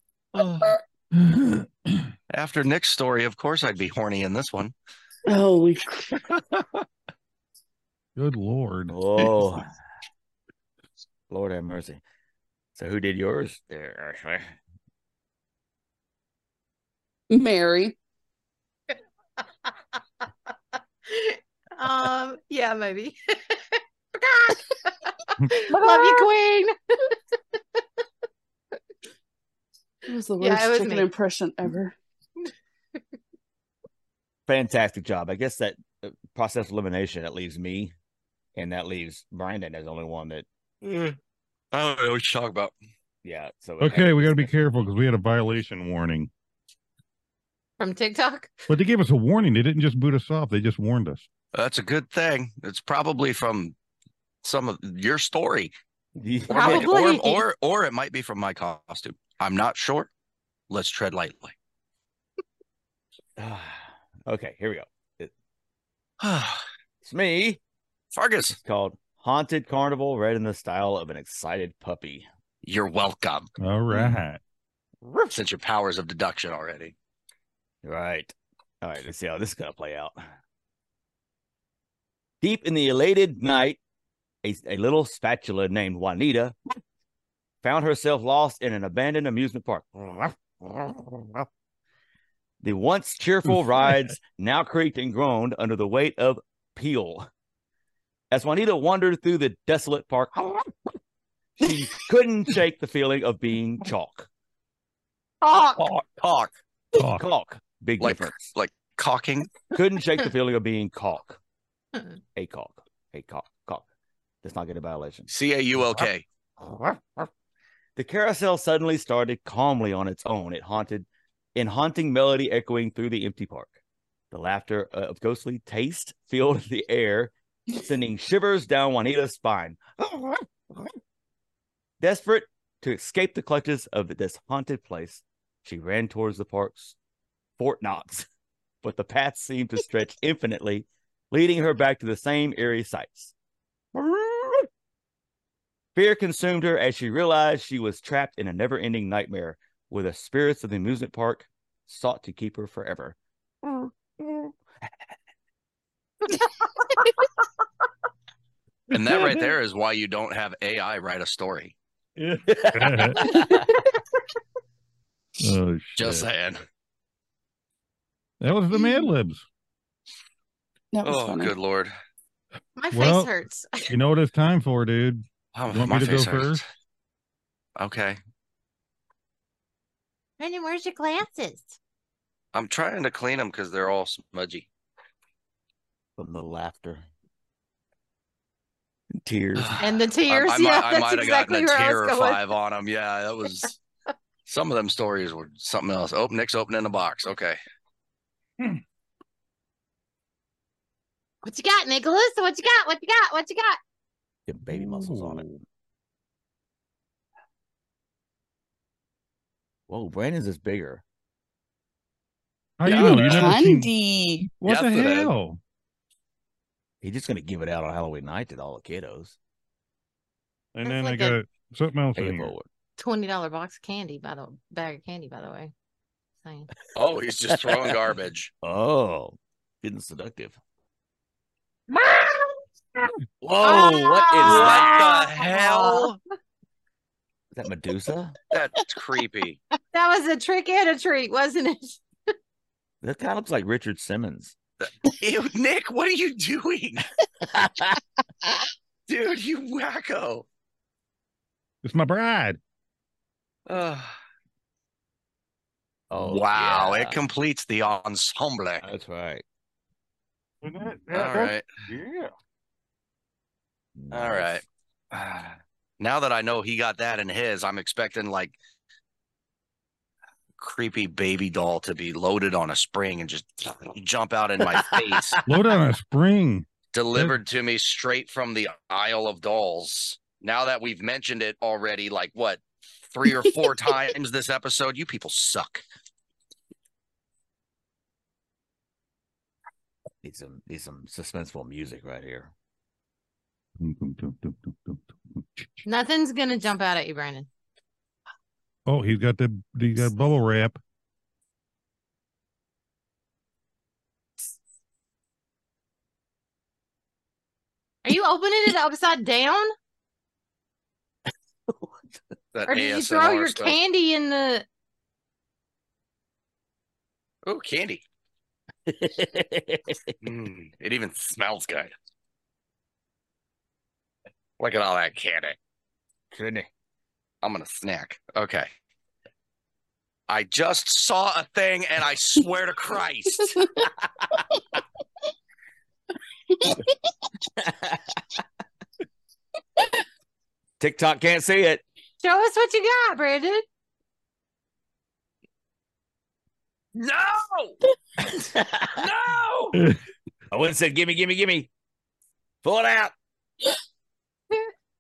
S2: After Nick's story, of course I'd be horny in this one.
S3: Holy
S4: Good lord.
S1: Oh, Lord have mercy. So, who did yours there, Ashley?
S3: Mary.
S5: um, yeah, maybe. Love you, Queen.
S3: It was the
S5: Yeah,
S3: worst
S5: it was
S3: chicken
S5: me.
S3: impression ever.
S1: Fantastic job. I guess that uh, process of elimination that leaves me, and that leaves Brandon as the only one that.
S2: I don't know what you're talking about.
S1: Yeah. So it-
S4: Okay, we got to be careful because we had a violation warning.
S5: From TikTok.
S4: But they gave us a warning. They didn't just boot us off, they just warned us.
S2: That's a good thing. It's probably from some of your story. Or,
S1: Yeah.
S2: maybe- or,
S5: Probably.
S2: or or it might be from my costume. I'm not sure. Let's tread lightly.
S1: okay. Here we go. It's me.
S2: Fargus,
S1: It's called Haunted Carnival, read in the style of an excited puppy.
S2: you're welcome.
S4: All
S2: Mm.
S4: right.
S2: Since your powers of deduction already.
S1: Right. All right, let's see how this is going to play out. Deep in the elated night, a, a little spatula named Juanita found herself lost in an abandoned amusement park. The once cheerful rides now creaked and groaned under the weight of peel. As Juanita wandered through the desolate park, she couldn't shake the feeling of being chalk.
S5: Talk.
S2: Talk, talk,
S4: Talk.
S1: Chalk. Big
S2: Like-
S1: difference.
S2: cocking.
S1: couldn't shake the feeling of being cock.
S5: Hmm.
S1: A cock. A cock. Cock. Let's not get a violation.
S2: C A U L K.
S1: The carousel suddenly started calmly on its own. It haunted in haunting melody echoing through the empty park. The laughter uh, of ghostly taste filled the air, sending shivers down Juanita's spine. Desperate to escape the clutches of this haunted place, she ran towards the park's Fort Knox, but the path seemed to stretch infinitely, leading her back to the same eerie sights. Fear consumed her as she realized she was trapped in a never ending nightmare where the spirits of the amusement park sought to keep her forever.
S2: And that right there is why you don't have AI write a story.
S4: oh,
S2: Just
S4: shit.
S2: saying.
S4: That was the Mad Libs.
S3: That was
S2: Oh,
S3: funny.
S2: good lord.
S5: My
S4: Well,
S5: face hurts.
S4: You know what it's time for, dude?
S2: Oh,
S4: You want
S2: my
S4: me to go
S2: face hurts.
S4: first?
S2: Okay.
S5: Brandon, where's your glasses?
S2: I'm trying to clean them because they're all smudgy.
S1: From the laughter, tears.
S5: And the
S2: I-
S5: tears.
S2: I,
S5: yeah,
S2: might, I
S5: that's
S2: might have
S5: exactly where
S2: gotten a
S5: I
S2: tear
S5: was
S2: or
S5: going.
S2: five on them. Yeah, that was some of them stories were something else. Oh, Nick's opening the box. Okay.
S5: What you got, Nicholas? What you got? What you got? What you got?
S1: Get baby muscles on it. Whoa, Brandon's is bigger.
S4: How you
S2: Yeah,
S4: know?
S2: man.
S4: You never seen...
S3: Candy.
S4: What the
S2: Yesterday.
S4: hell?
S1: He's just gonna give it out on Halloween night to all the kiddos.
S4: And
S5: That's
S4: then I
S5: like
S4: got
S5: a-
S4: something else
S1: Pay
S4: in
S1: it
S4: here.
S1: forward.
S5: Twenty dollar box of candy by the bag of candy, by the way. Saying.
S2: Oh, he's just throwing garbage.
S1: Oh, getting seductive.
S2: Whoa,
S5: what is that?
S2: What the hell?
S1: Is that Medusa?
S2: That's creepy.
S5: That was a trick and a treat, wasn't it?
S1: that kind of looks like Richard Simmons.
S2: Ew, Nick, what are you doing? Dude, you wacko.
S4: It's my bride.
S2: Ugh.
S1: Oh
S2: wow,
S1: yeah.
S2: it completes the ensemble. All
S1: That's right.
S2: right. All right.
S1: Nice.
S2: Now that I know he got that in his, I'm expecting like creepy baby doll to be loaded on a spring and just jump out in my face,
S4: Low down a spring.
S2: delivered to me straight from the Isle of Dolls. Now that we've mentioned it already, like what, three or four times this episode, you people suck.
S1: Need some need some suspenseful music right here.
S4: Dum, dum, dum, dum, dum, dum, dum.
S5: Nothing's gonna jump out at you, Brandon.
S4: Oh, he's got the he got bubble wrap.
S5: Are you opening it upside down,
S2: That
S5: or did you
S2: ASMR
S5: throw your
S2: stuff.
S5: candy in the?
S2: Oh, candy. Mm, it even smells good. Look at all that candy.
S1: Couldn't it?
S2: I'm gonna snack. Okay. I just saw a thing and I swear to Christ.
S1: TikTok can't see it.
S5: Show us what you got, Brandon.
S2: No! No!
S1: I wouldn't said gimme, gimme, gimme. Pull it out.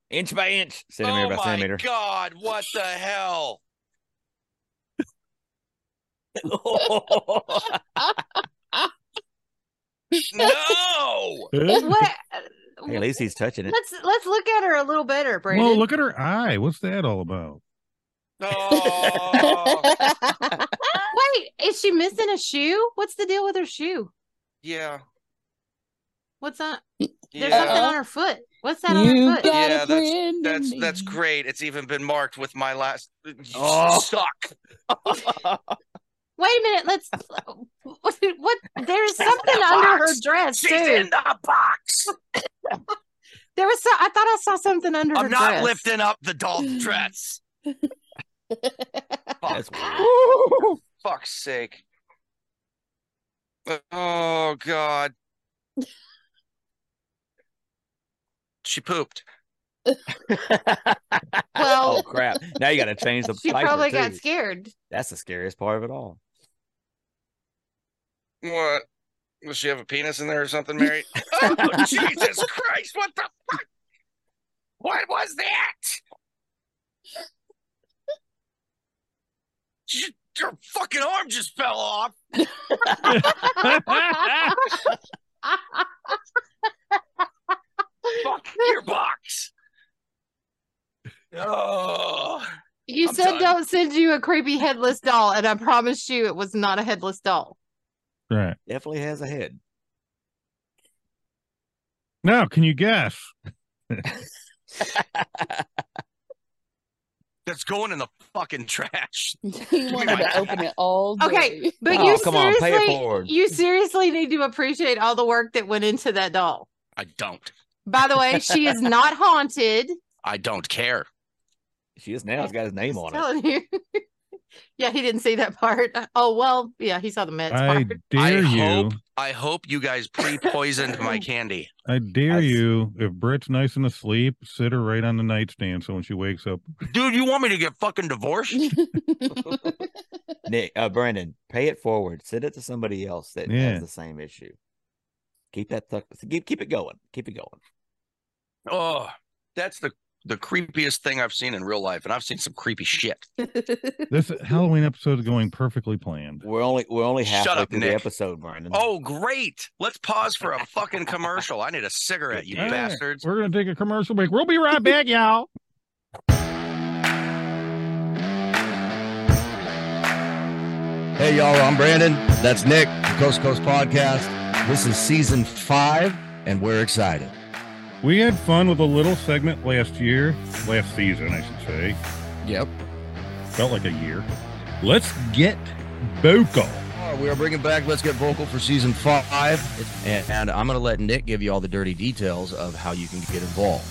S1: inch by inch. Centimeter
S2: oh
S1: by
S2: my
S1: centimeter.
S2: god, what the hell? No!
S5: What?
S1: Hey, at least he's touching it.
S5: Let's let's look at her a little better, Brandon.
S4: Well, look at her eye. What's that all about?
S2: Oh,
S5: Wait, is she missing a shoe? What's the deal with her shoe?
S2: yeah.
S5: What's on? There's something
S2: Yeah.
S5: on her foot. What's that on
S3: you
S5: her
S3: got
S5: foot?
S2: Yeah,
S3: a
S2: that's-
S3: friend
S2: That's
S3: in
S2: that's
S3: me.
S2: great. It's even been marked with my last you
S1: Oh.
S2: suck.
S5: Wait a minute. Let's. what, There's something under her dress
S2: She's
S5: too.
S2: in the box.
S5: There was. So, I thought I saw something under her
S2: I'm not
S5: dress.
S2: lifting up the doll dress. Fuck.
S1: That's weird.
S2: Fuck's sake. Oh god. She pooped.
S1: Oh
S5: Well,
S1: crap. Now you gotta change the
S5: she
S1: diaper,
S5: probably
S1: too.
S5: got scared.
S1: That's the scariest part of it all.
S2: What? Does she have a penis in there or something, Mary? oh Jesus Christ! What the fuck? What was that? She- Your fucking arm just fell off. Fuck your box. Oh.
S5: you
S2: I'm
S5: said
S2: done.
S5: don't send you a creepy headless doll, and I promise you it was not a headless doll.
S4: Right.
S1: Definitely has a head.
S4: Now, can you guess?
S2: That's going in the fucking trash.
S3: he wanted to open it all day.
S5: Okay, But
S1: Oh,
S5: you
S1: come on, pay
S5: seriously,
S1: it forward.
S5: you seriously need to appreciate all the work that went into that doll.
S2: I don't.
S5: By the way, she is not haunted.
S2: I don't care.
S1: She is now. It's got his name on it.
S5: Just telling you. yeah, he didn't see that part. Oh well, yeah, he saw the Mets
S4: I
S5: part.
S4: dare
S2: I
S4: you.
S2: hope I hope you guys pre-poisoned my candy.
S4: I dare
S1: I s-
S4: you. If Britt's nice and asleep, sit her right on the nightstand so when she wakes up,
S2: Dude, you want me to get fucking divorced?
S1: Nick, uh, Brandon, pay it forward. Send it to somebody else that
S4: Yeah.
S1: has the same issue. Keep that tuck. Keep keep it going. Keep it going.
S2: Oh, that's the the creepiest thing I've seen in real life, and I've seen some creepy shit.
S4: this Halloween episode is going perfectly planned.
S1: We're only we're only
S2: Shut
S1: halfway
S2: up,
S1: through
S2: Nick.
S1: the episode, Brandon.
S2: Oh, great! Let's pause for a fucking commercial. I need a cigarette, you
S4: All right,
S2: bastards.
S4: We're gonna take a commercial break. We'll be right back, y'all.
S7: Hey, y'all, I'm Brandon. That's Nick, the Coast to Coast Podcast. This is season five, and we're excited.
S4: We had fun with a little segment last year, last season, I should say.
S7: Yep.
S4: Felt like a year. Let's get vocal.
S7: All right, we are bringing back Let's Get Vocal for season five, and, and I'm going to let Nick give you all the dirty details of how you can get involved.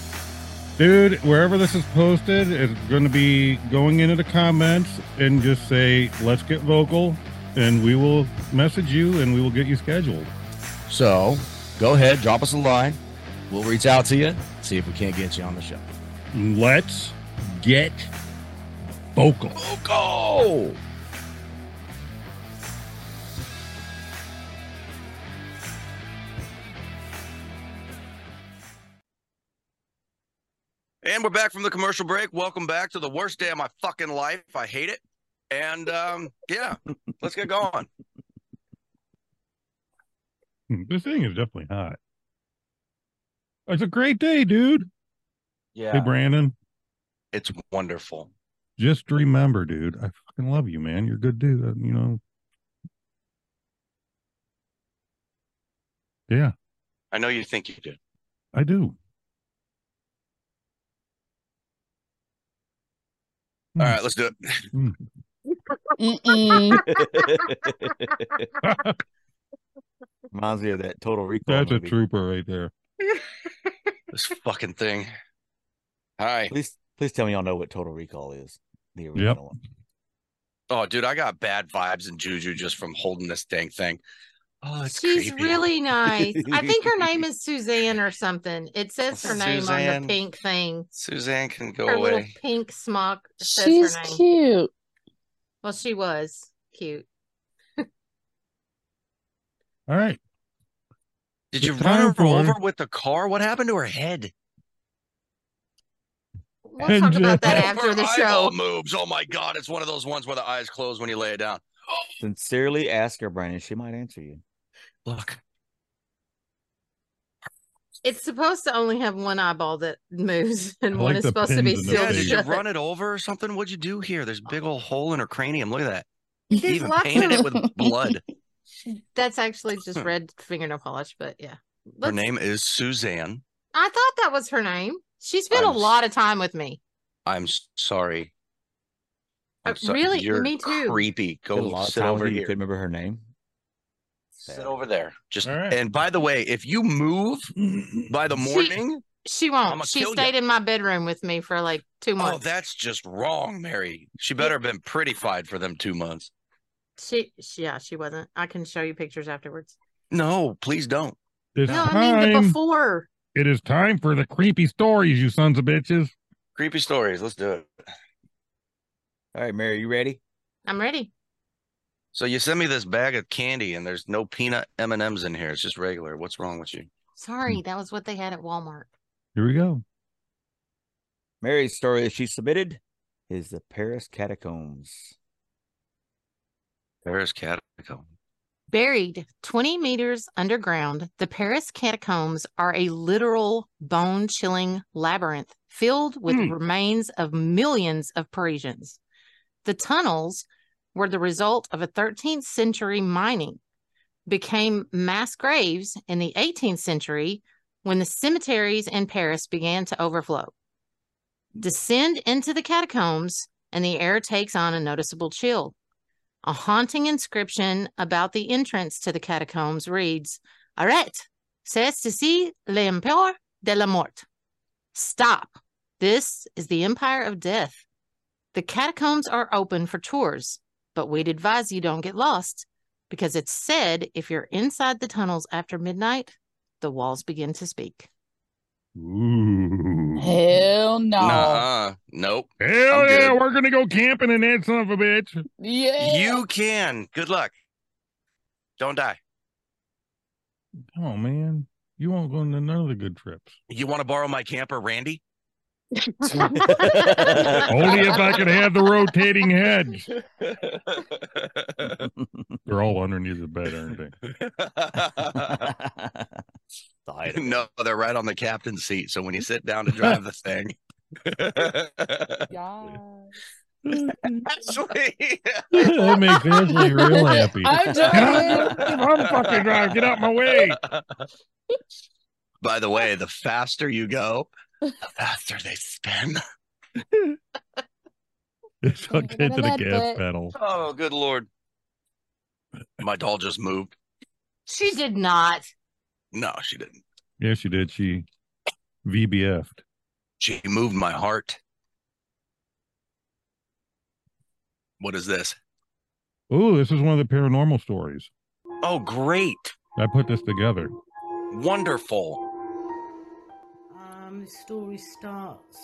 S4: Dude, wherever this is posted, it's going to be going into the comments and just say, let's get vocal, and we will message you and we will get you scheduled.
S7: So go ahead, drop us a line. We'll reach out to you, see if we can't get you on the show.
S4: Let's get vocal.
S2: Oh, go! And we're back from the commercial break. Welcome back to the worst day of my fucking life. I hate it. And um, yeah, let's get going.
S4: Hmm, This thing is definitely hot. It's a great day, dude. Hey,
S2: Yeah.
S4: Brandon.
S2: It's wonderful.
S4: Just remember, dude. I fucking love you, man. You're a good dude. uh, You know. Yeah,
S2: I know you think you do.
S4: I do.
S2: All right, let's do it.
S3: Mm-mm.
S1: Reminds me of that Total Recall.
S4: That's a
S1: movie.
S4: trooper right there.
S2: This fucking thing. Hi.
S1: Please, please tell me y'all know what Total Recall is. The original one.
S2: Oh, dude, I got bad vibes and juju just from holding this dang thing. Oh, it's
S5: She's
S2: creepy.
S5: really nice. I think her name is Suzanne or something. It says her name on
S2: Suzanne.
S5: the pink thing.
S2: Suzanne can go
S5: her little
S2: away.
S5: pink smock says
S3: She's
S5: her name.
S3: cute.
S5: Well, she was cute.
S4: All right.
S2: Did
S4: It's
S2: you run
S4: time
S2: her over
S4: for-
S2: with the car? What happened to her head?
S5: We'll talk about that
S2: Oh,
S5: after
S2: her
S5: the
S2: eyeball
S5: show.
S2: moves. Oh my god, it's one of those ones where the eyes close when you lay it down.
S1: Sincerely ask her, Brandon. She might answer you.
S2: Look,
S5: It's supposed to only have one eyeball that moves, and
S4: I
S5: one
S4: like
S5: is
S4: the
S5: supposed to be
S4: pins in the
S5: sealed
S2: yeah, did you
S5: shut.
S2: run it over or something? What'd you do here? There's a big old hole in her cranium. Look at that. You
S5: There's
S2: even
S5: lots
S2: painted
S5: of-
S2: it with blood.
S5: That's actually just
S2: Hmm.
S5: red fingernail polish, but yeah.
S2: Her
S5: Let's-
S2: name is Suzanne.
S5: I thought that was her name. She spent
S2: I'm
S5: a
S2: s-
S5: lot of time with me.
S2: I'm s- sorry.
S5: Uh, really?
S2: You're
S5: Me too.
S2: Creepy.
S1: Spent a
S2: Go
S1: lot of
S2: sit
S1: time
S2: over
S1: with you, you
S2: here.
S1: couldn't remember her name.
S2: Sit over there. Just
S4: All right.
S2: and by the way, if you move by the
S5: She-
S2: morning,
S5: She
S2: I'ma
S5: won't. She
S2: kill ya.
S5: stayed in my bedroom with me for like two
S2: oh,
S5: months.
S2: that's just wrong, Mary. She better have been pretty fied for them two months.
S5: She, she, yeah, she wasn't. I can show you pictures afterwards.
S2: No, please don't.
S4: It's
S5: No,
S4: time.
S5: I mean the before.
S4: It is time for the creepy stories, you sons of bitches.
S2: Creepy stories. Let's do it.
S1: All right, Mary, you ready?
S5: I'm ready.
S2: So you send me this bag of candy, and there's no peanut M and M's in here. It's just regular. What's wrong with you?
S5: Sorry, that was what they had at Walmart.
S4: Here we go.
S1: Mary's story that she submitted is the Paris catacombs.
S2: There's catacomb.
S5: Buried 20 meters underground, the Paris catacombs are a literal bone chilling labyrinth filled with
S2: Hmm.
S5: remains of millions of Parisians. The tunnels were the result of a 13th century mining, became mass graves in the 18th century when the cemeteries in Paris began to overflow. Descend into the catacombs, and the air takes on a noticeable chill. A haunting inscription about the entrance to the catacombs reads, Arrête, c'est ici l'empire de la mort. Stop. This is the empire of death. The catacombs are open for tours, but we'd advise you don't get lost because it's said if you're inside the tunnels after midnight, the walls begin to speak.
S4: Ooh. Hell
S3: Hell no.
S2: Nah, nope. I'm
S4: yeah,
S2: good.
S4: we're gonna go camping in that son of a bitch.
S3: Yeah.
S2: You can. Good luck. Don't die.
S4: Come on, man. You won't go on none of the good trips.
S2: You want to borrow my camper, Randy?
S4: Only if I could have the rotating heads. They're all underneath the bed, aren't they?
S1: Died of it.
S2: no, they're right on the captain's seat. So when you sit down to drive the thing, actually,
S4: that makes Ashley real happy.
S3: I'm
S4: Get
S3: joking.
S4: I'm fucking driving. Get out my way.
S2: By the way, the faster you go, the faster they spin.
S4: It's hooked
S3: Get out of
S4: into the
S3: that
S4: gas
S3: bed.
S4: pedal.
S2: Oh, good lord! My doll just moved.
S5: she did not.
S2: No, she didn't.
S4: Yeah, she did. She VBF'd.
S2: She moved my heart. What is this?
S4: Ooh, this is one of the paranormal stories.
S2: Oh, great!
S4: I put this together.
S2: Wonderful!
S8: Um, the story starts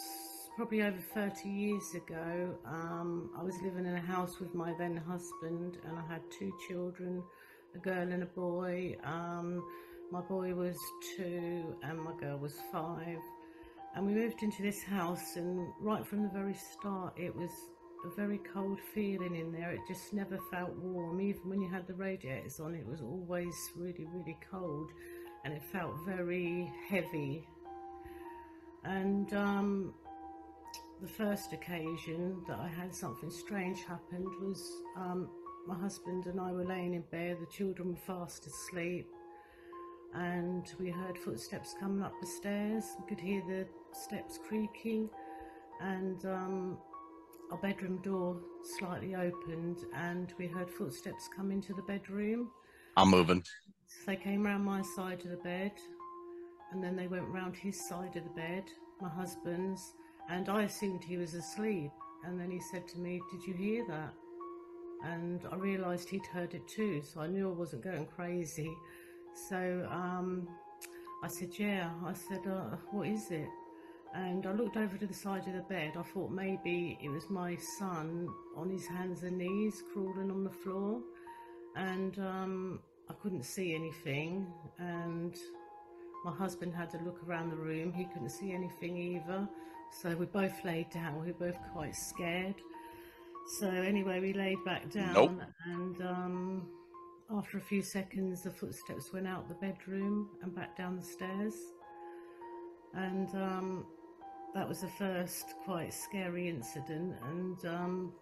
S8: probably over 30 years ago. Um, I was living in a house with my then husband, and I had two children a girl and a boy. Um, my boy was two, and my girl was five. And we moved into this house, and right from the very start, it was a very cold feeling in there. It just never felt warm. Even when you had the radiators on, it was always really, really cold, and it felt very heavy. And um, the first occasion that I had something strange happened was um, my husband and I were laying in bed, the children were fast asleep, and we heard footsteps coming up the stairs. We could hear the steps creaking, and um, our bedroom door slightly opened, and we heard footsteps come into the bedroom.
S2: I'm moving.
S8: So they came round my side of the bed, and then they went round his side of the bed, my husband's, and I assumed he was asleep. And then he said to me, Did you hear that? And I realised he'd heard it too, so I knew I wasn't going crazy. So um, I said, Yeah. I said, uh, What is it? And I looked over to the side of the bed. I thought maybe it was my son on his hands and knees crawling on the floor. And um, I couldn't see anything. And my husband had to look around the room. He couldn't see anything either. So we both laid down. We were both quite scared. So anyway, we laid back down.
S2: Nope.
S8: And um, after a few seconds, the footsteps went out the bedroom and back down the stairs. And um, that was the first quite scary incident. And um,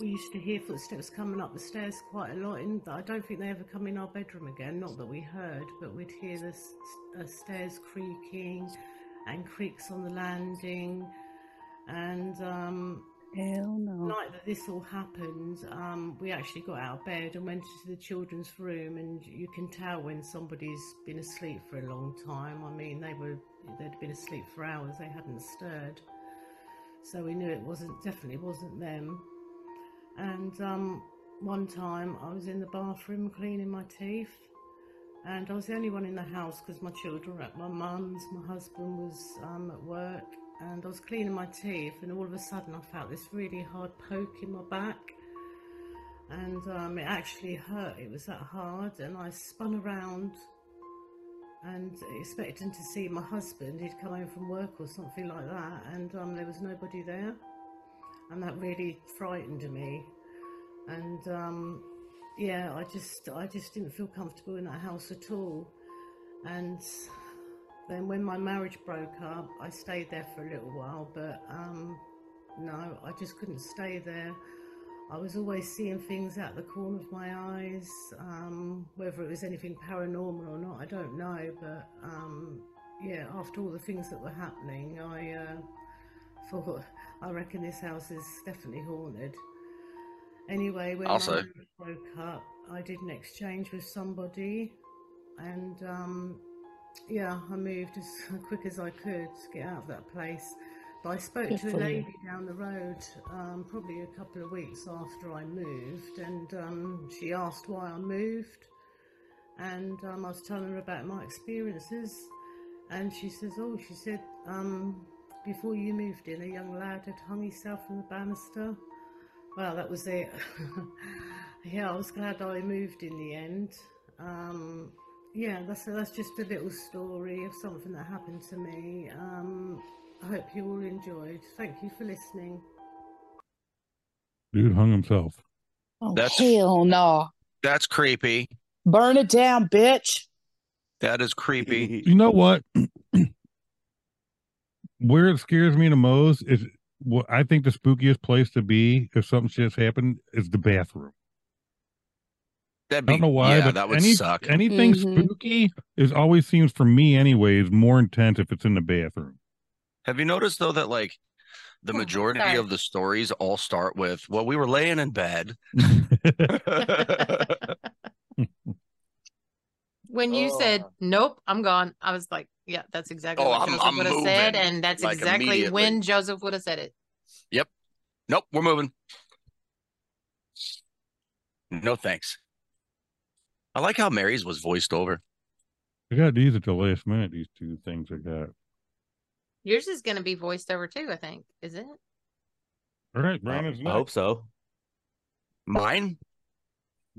S8: we used to hear footsteps coming up the stairs quite a lot. In I don't think they ever come in our bedroom again. Not that we heard, but we'd hear the s- uh, stairs creaking and creaks on the landing. And um,
S3: Hell
S8: the
S3: no.
S8: night that this all happened, um, we actually got out of bed and went into the children's room, and you can tell when somebody's been asleep for a long time. I mean, they were they'd been asleep for hours; they hadn't stirred, so we knew it wasn't definitely wasn't them. And um, one time, I was in the bathroom cleaning my teeth, and I was the only one in the house because my children were at my mum's, my husband was um, at work, and I was cleaning my teeth, and all of a sudden I felt this really hard poke in my back, and um, it actually hurt. It was that hard, and I spun around and expecting to see my husband. He'd come home from work or something like that, and um, there was nobody there, and that really frightened me. And um, yeah, I just I just didn't feel comfortable in that house at all. And then when my marriage broke up, I stayed there for a little while, but um, no, I just couldn't stay there. I was always seeing things out the corner of my eyes. Um, whether it was anything paranormal or not, I don't know. But um, yeah, after all the things that were happening, I uh, thought, I reckon this house is definitely haunted. Anyway, when
S2: Also-
S8: my marriage broke up, I did an exchange with somebody, and um, yeah, I moved as quick as I could to get out of that place. But I spoke
S3: Good
S8: to a
S3: for you.
S8: lady down the road um, probably a couple of weeks after I moved, and um, she asked why I moved, and um, I was telling her about my experiences, and she says, "Oh, she said, um, before you moved in, a young lad had hung himself from the banister." Well, that was it. yeah, I was glad I moved in the end. Um, yeah, that's that's just a little story of something that happened to me. Um, I hope you all enjoyed. Thank you for listening.
S4: Dude hung himself.
S3: Oh,
S2: That's-
S3: hell no.
S2: That's creepy.
S3: Burn it down, bitch.
S2: That is creepy.
S4: You know what? Where it scares me the most is what I think the spookiest place to be if something shit's happened is the bathroom.
S2: That'd
S4: I
S2: be,
S4: don't know why,
S2: yeah,
S4: but
S2: that would
S4: any-
S2: suck.
S4: anything
S3: Mhm.
S4: spooky is always seems for me anyway is more intense if it's in the bathroom.
S2: Have you noticed though that like the
S5: Oh,
S2: majority
S5: sorry.
S2: of the stories all start with, well, we were laying in bed.
S5: When you said nope, I'm gone. I was like, yeah, that's exactly
S2: Oh,
S5: what
S2: I'm-
S5: Joseph
S2: I'm
S5: would have said,
S2: moving,
S5: and that's
S2: like,
S5: exactly
S2: immediately.
S5: when Joseph would have said it.
S2: nope, we're moving. No thanks. I like how Mary's was voiced over.
S4: I got these at the last minute. These two things I got.
S5: Yours is going to be voiced over too, I think, is it?
S4: All right,
S2: Oh,
S1: I
S4: Brandon's
S1: I hope so.
S2: Mine?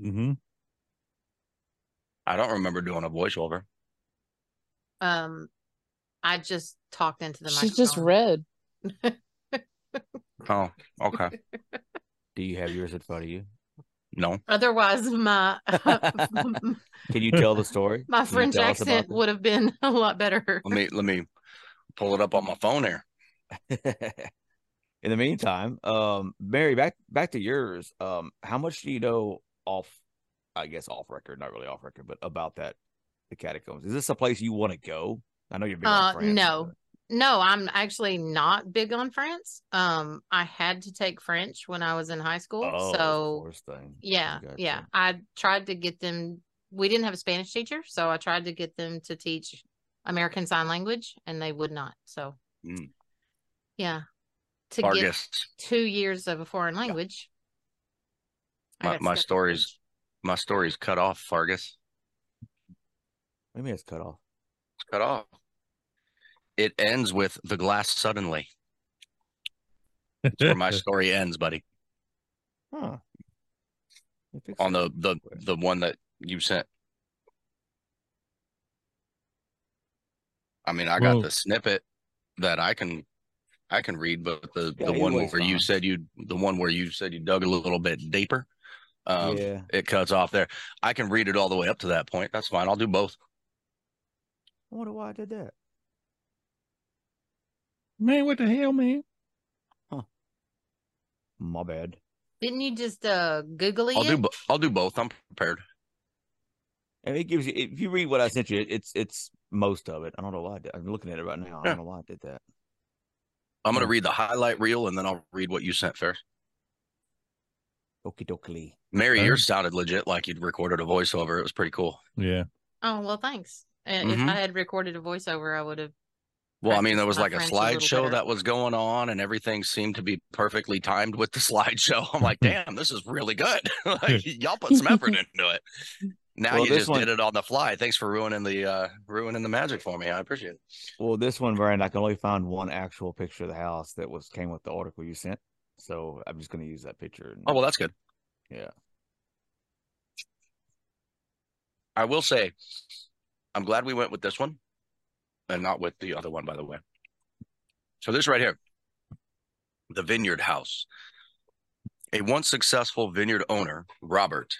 S4: Mm-hmm.
S2: I don't remember doing a voiceover.
S5: Um, I just talked into the
S3: She's just
S5: microphone.
S3: red.
S2: Oh, okay.
S1: Do you have yours in front of you?
S2: No.
S5: Otherwise, my
S1: Can you tell the story?
S5: my
S1: Can you
S5: French
S1: tell us about
S5: accent would have been a lot better.
S2: Let me let me pull it up on my phone here.
S1: that? in the meantime, um, Mary, back back to yours. Um, how much do you know off? I guess off record, not really off record, but about that the catacombs. Is this a place you want to go? I know you're. big on
S5: Uh,
S1: France,
S5: no.
S1: but-
S5: No, I'm actually not big on France. Um, I had to take French when I was in high school,
S1: Oh, it's the
S5: so
S1: forest thing.
S5: Yeah,
S1: Gotcha.
S5: yeah. I tried to get them. We didn't have a Spanish teacher, so I tried to get them to teach American Sign Language, and they would not. So,
S2: Mm.
S5: yeah, to get
S2: Vargas.
S5: two years of a foreign language. I
S2: My-
S5: got
S2: my
S5: stuck in
S2: story's-
S5: French.
S2: My story's cut off, Vargas.
S1: What do you mean it's cut off?
S2: It's cut off. It ends with the glass suddenly. That's where my story ends, buddy.
S1: Huh. I think
S2: On
S1: so.
S2: the the the one that you sent. I mean, I got
S4: Well-
S2: the snippet that I can I can read, but the
S1: Yeah,
S2: the
S1: either
S2: one where
S1: way's
S2: you
S1: fine.
S2: said you the one where you said you dug a little bit deeper. Um,
S1: yeah.
S2: it cuts off there. I can read it all the way up to that point. That's fine. I'll do both.
S1: I wonder why I did that.
S4: man, what the hell, man?
S1: My bad.
S5: Didn't you just uh googly
S2: I'll do
S5: it?
S2: bo- I'll do both. I'm prepared.
S1: And it gives you if you read what I sent you, it- it's it's most of it. I don't know why I did. I'm looking at it right now. I
S2: Yeah.
S1: don't know why I did that.
S2: I'm gonna
S1: Yeah.
S2: read the highlight reel and then I'll read what you sent first.
S1: Okie dokie.
S2: Mary,
S4: Okay.
S2: yours sounded legit like you'd recorded a voiceover. It was pretty cool.
S4: Yeah.
S5: Oh well, thanks. Uh, If
S2: Mhm.
S5: I had recorded a voiceover, I would have.
S2: Well, I mean, there
S5: Practice
S2: was
S5: my
S2: like a
S5: French a little
S2: slideshow
S5: better.
S2: that was going on, and everything seemed to be perfectly timed with the slideshow. I'm like, damn, this is really good. like, y'all put some effort into it. Now
S1: Well,
S2: you
S1: this
S2: just
S1: one-
S2: did it on the fly. Thanks for ruining the uh ruining the magic for me. I appreciate it.
S1: Well, this one, Brian, I can only find one actual picture of the house that was came with the article you sent. So I'm just gonna use that picture. and-
S2: Oh well, that's good.
S1: Yeah.
S2: I will say, I'm glad we went with this one, and not with the other one, by the way. So this right here, the Vineyard House. A once successful vineyard owner, Robert,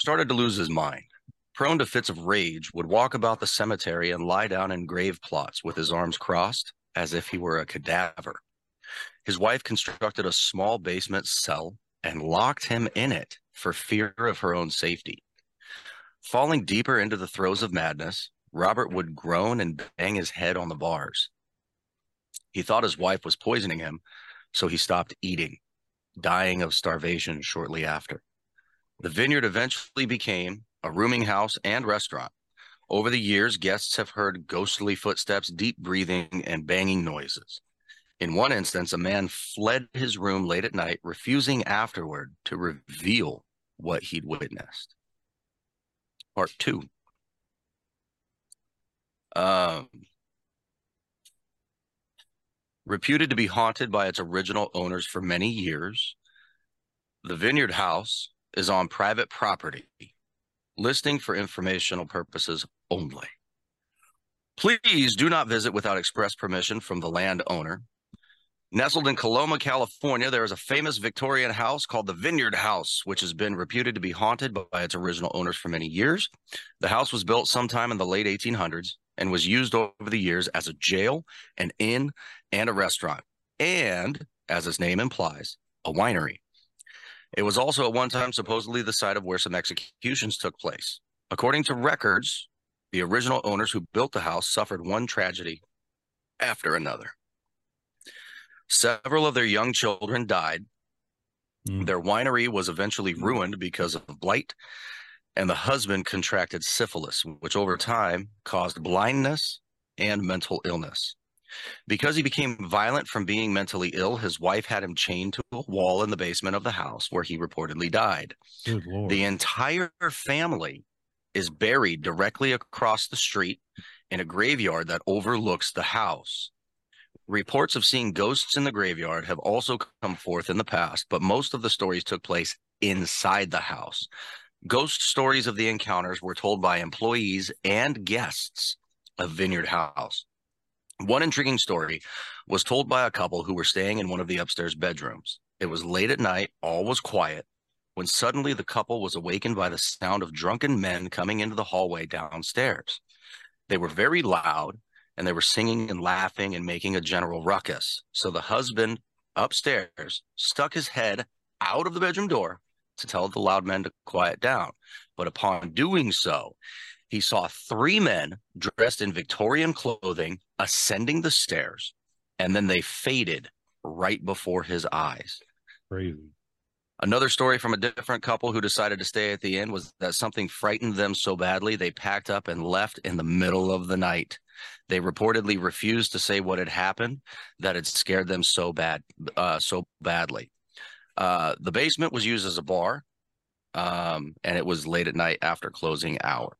S2: started to lose his mind. Prone to fits of rage, would walk about the cemetery and lie down in grave plots with his arms crossed as if he were a cadaver. His wife constructed a small basement cell and locked him in it for fear of her own safety. Falling deeper into the throes of madness, Robert would groan and bang his head on the bars. He thought his wife was poisoning him, so he stopped eating, dying of starvation shortly after. The vineyard eventually became a rooming house and restaurant. Over the years, guests have heard ghostly footsteps, deep breathing, and banging noises. In one instance, a man fled his room late at night, refusing afterward to reveal what he'd witnessed. Part two. Um, reputed to be haunted by its original owners for many years, the Vineyard House is on private property, listing for informational purposes only. Please do not visit without express permission from the landowner. Nestled in Coloma, California, there is a famous Victorian house called the Vineyard House, which has been reputed to be haunted by its original owners for many years. The house was built sometime in the late 1800s and was used over the years as a jail, an inn, and a restaurant, and as its name implies, a winery. It was also at one time supposedly the site of where some executions took place. According to records, the original owners who built the house suffered one tragedy after another. Several of their young children died.
S4: Mm.
S2: Their winery was eventually ruined because of blight, and the husband contracted syphilis, which over time caused blindness and mental illness. Because he became violent from being mentally ill, his wife had him chained to a wall in the basement of the house where he reportedly died.
S4: Good lord.
S2: The entire family is buried directly across the street in a graveyard that overlooks the house. Reports of seeing ghosts in the graveyard have also come forth in the past, but most of the stories took place inside the house. Ghost stories of the encounters were told by employees and guests of Vineyard House. One intriguing story was told by a couple who were staying in one of the upstairs bedrooms. It was late at night, all was quiet, when suddenly the couple was awakened by the sound of drunken men coming into the hallway downstairs. They were very loud and they were singing and laughing and making a general ruckus. So the husband upstairs stuck his head out of the bedroom door to tell the loud men to quiet down. But upon doing so, he saw three men dressed in Victorian clothing ascending the stairs, and then they faded right before his eyes.
S4: Crazy.
S2: Another story from a different couple who decided to stay at the inn was that something frightened them so badly they packed up and left in the middle of the night. They reportedly refused to say what had happened that had scared them so bad, uh, so badly. Uh, the basement was used as a bar, um, and it was late at night after closing hours.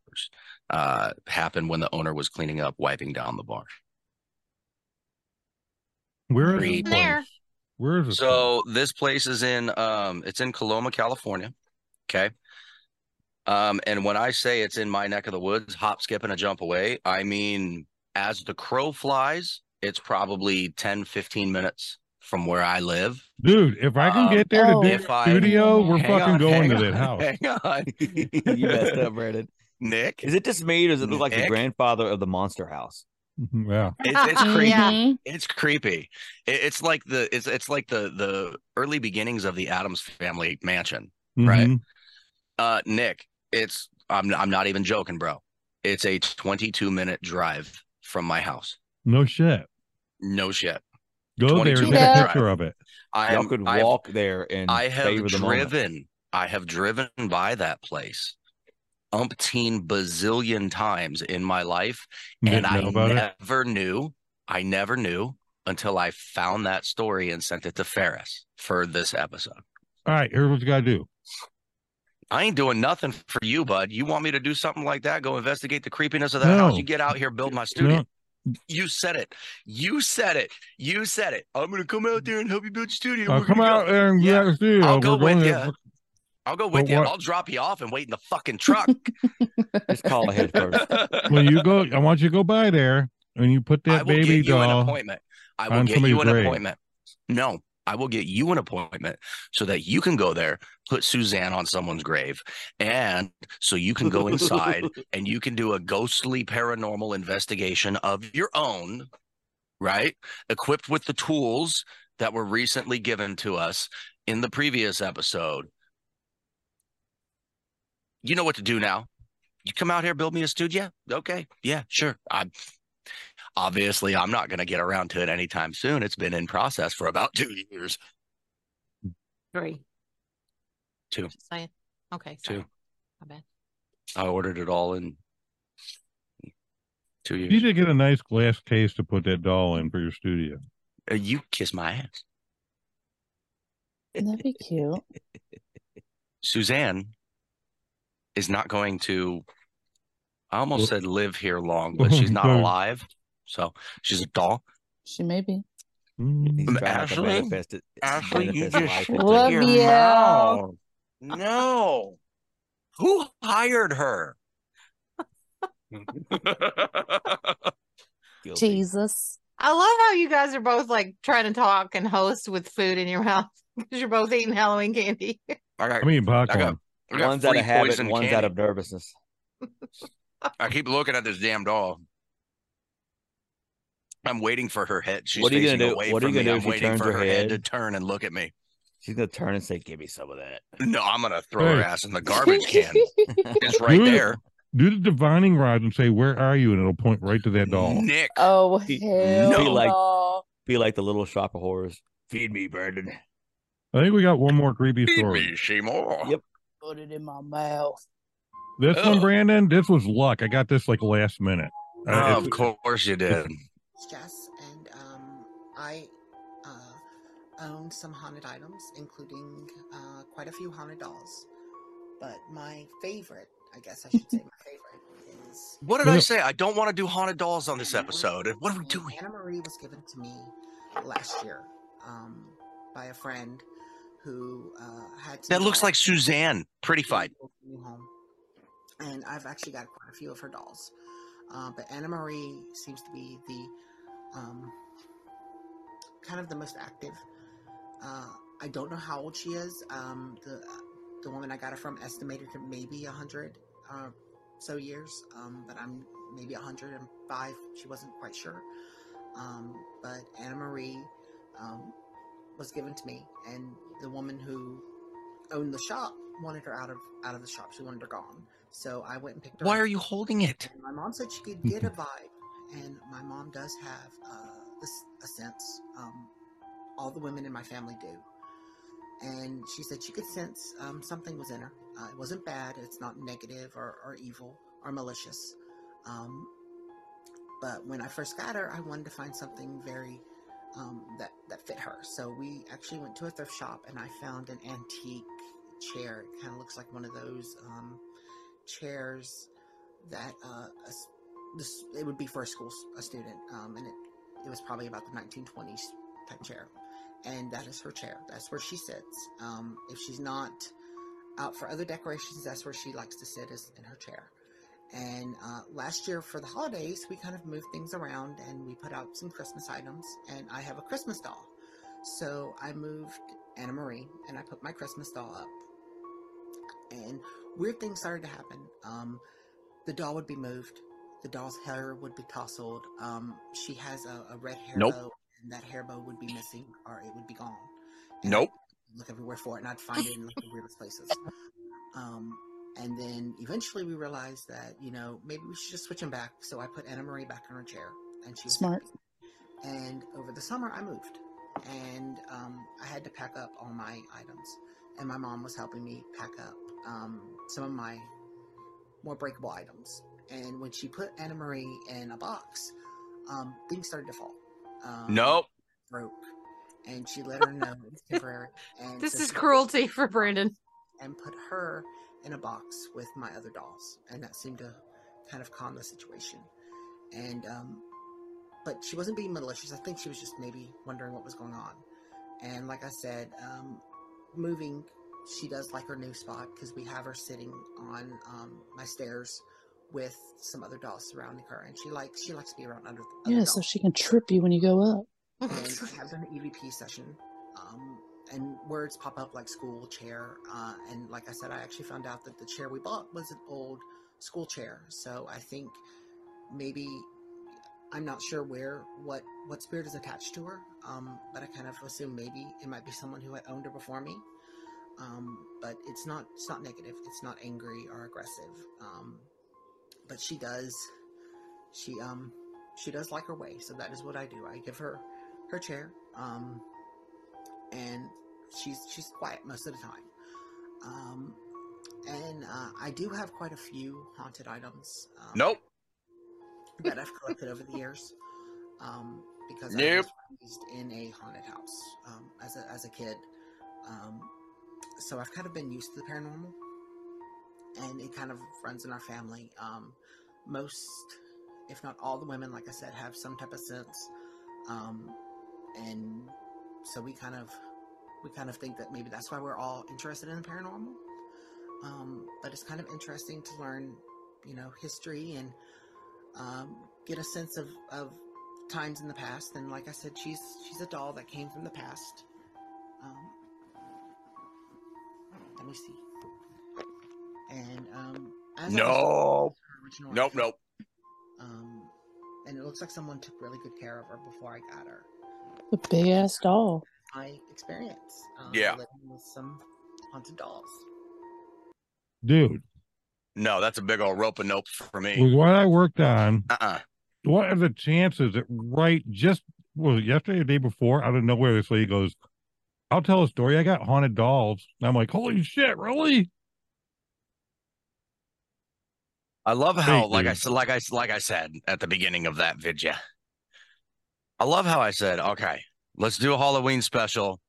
S2: Uh, happened when the owner was cleaning up, wiping down the bar.
S4: Where is
S2: Creep.
S4: this
S5: There.
S4: place? Where is this?
S2: So this place is in um it's in Coloma, California. Okay. Um, and when I say it's in my neck of the woods, hop, skip, and a jump away, I mean as the crow flies, it's probably 10, 15 minutes from where I live.
S4: place? dude? If I can
S2: Um,
S4: get there to
S3: oh,
S4: this
S2: if I-
S4: studio, we're
S2: Hang
S4: fucking
S2: on, hang
S4: going to
S2: on,
S4: that house.
S2: Hang on.
S1: you messed up, Brandon.
S2: Nick.
S1: Is it just me, or does it look like the
S2: Nick?
S1: grandfather of the monster house?
S4: Mm-hmm, yeah,
S2: It's, it's creepy.
S5: Yeah.
S3: Mhm.
S2: It's creepy. It, it's like the it's it's like the the early beginnings of the Adams family mansion. Right.
S4: Mhm.
S2: Uh, Nick, it's I'm I'm not even joking, bro. It's a 22 minute drive from my house.
S4: No shit.
S2: No shit.
S4: Go there
S2: 22
S4: and
S5: minute
S4: get a
S5: drive.
S4: picture of it.
S2: I
S1: Y'all
S2: am-
S1: could
S2: I-
S1: walk there and
S2: I have
S1: savor the moment.
S2: driven. I have driven by that place umpteen bazillion times in my life,
S4: You
S2: and
S4: didn't know
S2: I
S4: about it.
S2: never knew. I never knew until I found that story and sent it to Ferris for this episode.
S4: All right, here's what you gotta do.
S2: I ain't doing nothing for you, bud. You want me to do something like that? Go investigate the creepiness of that
S4: No.
S2: house. You get out here, build my studio.
S4: No, uh,
S2: You said it. You said it. You said it. I'm gonna come out there and help you build your studio.
S4: I'll
S2: We're
S4: come
S2: gonna go.
S4: out and
S2: Yeah,
S4: get a studio.
S2: I'll
S4: We're
S2: go
S4: going
S2: with
S4: to-
S2: ya. I'll go with
S4: But
S2: you.
S4: what-
S2: I'll drop you off and wait in the fucking truck.
S1: Just call ahead first.
S4: Well, you go. I want you to go by there and you put
S2: I
S4: that
S2: will get
S4: baby
S2: you an
S4: doll.
S2: appointment. I will
S4: on
S2: get you
S4: somebody's
S2: an
S4: grave.
S2: appointment. No, I will get you an appointment so that you can go there, put Suzanne on someone's grave, and so you can go inside and you can do a ghostly paranormal investigation of your own, right? Equipped with the tools that were recently given to us in the previous episode. You know what to do now. You come out here, build me a studio. Okay. Yeah, sure. I'm obviously I'm not going to get around to it anytime soon. It's been in process for about two years.
S5: Three.
S2: Two.
S5: Just saying. Okay. Sorry.
S2: Two.
S5: My bad.
S2: I ordered it all in two
S4: You need
S2: years.
S4: to get a nice glass case to put that doll in for your studio.
S2: Uh, You kiss my ass.
S3: That'd be cute.
S2: Suzanne is not going to. I almost
S4: Well-
S2: said live here long, but she's not
S4: Sorry.
S2: alive. So she's a doll.
S3: She may be.
S4: Mm.
S1: He's trying to
S2: Ashley?
S1: manifest it.
S2: Ashley, you
S1: manifest
S2: just
S1: life
S2: shut
S1: into
S3: Love
S1: you.
S2: your
S3: ya.
S2: mouth. No. Who hired her?
S1: Guilty.
S3: Jesus.
S5: I love how you guys are both like trying to talk and host with food in your mouth because you're both eating Halloween candy.
S2: I got,
S4: I mean,
S2: I got,
S4: popcorn.
S2: I got
S1: One's out
S2: free
S1: of habit,
S2: poison
S1: one's out
S2: candy.
S1: of nervousness.
S2: I keep looking at this damn doll. I'm waiting for her head. She's
S1: What are you gonna
S2: facing
S1: do-
S2: away
S1: what are
S2: from
S1: you gonna
S2: me.
S1: do
S2: I'm
S1: if she
S2: waiting
S1: turns
S2: for
S1: her
S2: her head to
S1: head?
S2: turn and look at me.
S1: She's gonna turn and say, "Give me some of that."
S2: No, I'm gonna throw her
S4: Hey.
S2: ass in the garbage can. It's right
S4: Dude.
S2: there.
S4: Do the divining rod and say, "Where are you?" and it'll point right to that doll.
S2: Nick.
S3: oh
S1: Be-
S3: hell
S2: no.
S1: Be like-
S3: no.
S1: Be like the little shop of horrors. Feed me, Brandon.
S4: I think we got one more creepy
S2: Feed
S4: story.
S2: me, Seymour.
S1: Yep.
S3: Put it in my mouth.
S4: This one,
S2: Ugh.
S4: Brandon, this was luck. I got this like last minute. Uh,
S2: Oh, of
S4: it's-
S2: course you did.
S9: stress and um, I uh, own some haunted items, including uh, quite a few haunted dolls. But my favorite, I guess I should say, my favorite is.
S2: What did
S4: Well,
S2: I
S4: no.
S2: say? I don't want to do haunted dolls on this
S9: Anna Marie
S2: episode. What are we
S9: and
S2: doing?
S9: Anna Marie was given to me last year um, by a friend who uh, had. some
S2: That looks
S9: dolls
S2: like Suzanne. Pretty
S9: in her
S2: fight.
S9: New home, and I've actually got quite a few of her dolls. Uh, but Anna Marie seems to be the um, kind of the most active. Uh, I don't know how old she is. Um, the the woman I got her from estimated her maybe a hundred uh, so years, um, but I'm maybe 105. She wasn't quite sure. Um, but Anna Marie um, was given to me, and the woman who owned the shop wanted her out of out of the shop. She wanted her gone. So I went and picked her.
S2: Why
S9: up.
S2: are you holding it?
S9: And my mom said she could get a vibe, and my mom does have uh, this a sense. Um, all the women in my family do, and she said she could sense um, something was in her. Uh, it wasn't bad. It's not negative or, or evil or malicious. Um, but when I first got her, I wanted to find something very um, that that fit her. So we actually went to a thrift shop, and I found an antique chair. It kind of looks like one of those um, chairs that uh, a s- this it would be for a school s- a student, um, and it it was probably about the 1920s type chair. And that is her chair. That's where she sits. Um, if she's not out for other decorations, that's where she likes to sit is in her chair. And uh, last year for the holidays, we kind of moved things around and we put out some Christmas items. And I have a Christmas doll. So I moved Anna Marie and I put my Christmas doll up. And weird things started to happen. Um, the doll would be moved, the doll's hair would be tousled. Um, she has a, a red hair
S2: Nope.
S9: bow, and that hair bow would be missing or it would be gone. And I'd
S2: Nope.
S9: Look everywhere for it, and I'd find it in like the weirdest places. Um, and then eventually we realized that, you know, maybe we should just switch them back. So I put Anna Marie back in her chair and she was
S3: Smart.
S9: happy. And over the summer I moved and um, I had to pack up all my items. And my mom was helping me pack up um, some of my more breakable items. And when she put Anna Marie in a box, um, things started to fall. Um,
S2: Nope.
S9: Broke. And she let her know it was temporary. And
S5: This
S9: so
S5: is
S9: she-
S5: cruelty for Brandon.
S9: and put her in a box with my other dolls, and that seemed to kind of calm the situation. And um, but she wasn't being malicious. I think she was just maybe wondering what was going on. And like I said, um, moving, she does like her new spot because we have her sitting on um, my stairs with some other dolls surrounding her, and she likes she likes to be around under other
S3: Yeah,
S9: dolls
S3: so she can trip you when you go up.
S9: and I have done an EVP session. Um, and words pop up like school chair. Uh, and like I said, I actually found out that the chair we bought was an old school chair. So I think maybe I'm not sure where what what spirit is attached to her. Um, but I kind of assume maybe it might be someone who had owned her before me. Um, but it's not it's not negative. It's not angry or aggressive. Um, but she does she um she does like her way so that is what i do i give her her chair um and she's she's quiet most of the time um and uh, i do have quite a few haunted items um,
S2: Nope.
S9: that i've collected over the years um because i was
S2: Nope.
S9: raised in a haunted house um, as a as a kid um so i've kind of been used to the paranormal and it kind of runs in our family. Um, most, if not all, the women, like I said, have some type of sense, um, and so we kind of we kind of think that maybe that's why we're all interested in the paranormal. Um, but it's kind of interesting to learn, you know, history and um, get a sense of, of times in the past. And like I said, she's she's a doll that came from the past. Um, let me see. And um, as I was-
S2: Nope.
S9: her original
S2: Nope.
S9: outfit,
S2: Nope.
S9: Um, and it looks like someone took really good care of her before I got her.
S3: The big ass doll.
S9: My experience um,
S2: Yeah.
S9: living with some haunted dolls.
S4: Dude,
S2: No, that's a big old rope and nope for me.
S4: with what I worked on,
S2: Uh uh
S4: what are the chances that right just was it yesterday or the day before out of nowhere this lady goes i'll tell a story i got haunted dolls and i'm like holy shit really
S2: I love how,
S4: Thank
S2: like I
S4: you.
S2: said, like I s- like I said at the beginning of that video, I love how I said, okay, let's do a Halloween special.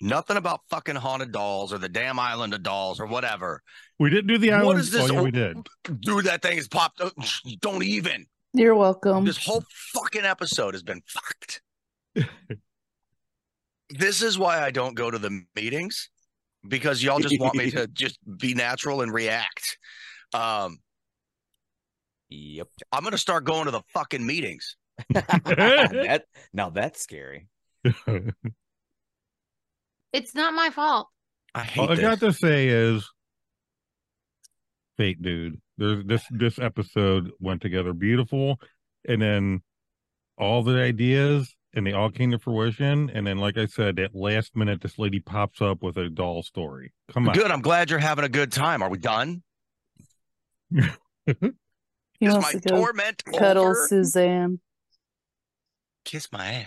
S2: Nothing about fucking haunted dolls or the damn island of dolls or whatever.
S4: we didn't do the
S2: What
S4: island
S2: is this
S4: oh yeah
S2: old-
S4: we did
S2: Dude, that thing is popped up. Don't even.
S3: You're welcome.
S2: This whole fucking episode has been fucked. this is why I don't go to the meetings because y'all just want me to just be natural and react. Um,
S1: Yep.
S2: I'm gonna start going to the fucking meetings.
S1: that, now that's scary.
S5: It's not my fault.
S2: I hate
S4: All I
S2: this.
S4: got to say is, fake dude. There's this this episode went together beautiful, and then all the ideas and they all came to fruition. And then, like I said, at last minute, this lady pops up with a doll story. Come on,
S2: Good. I'm glad you're having a good time. Are we done?
S3: He
S2: Is
S3: wants
S2: my
S3: to go
S2: torment
S3: cuddle
S2: over?
S3: Suzanne.
S2: Kiss my ass.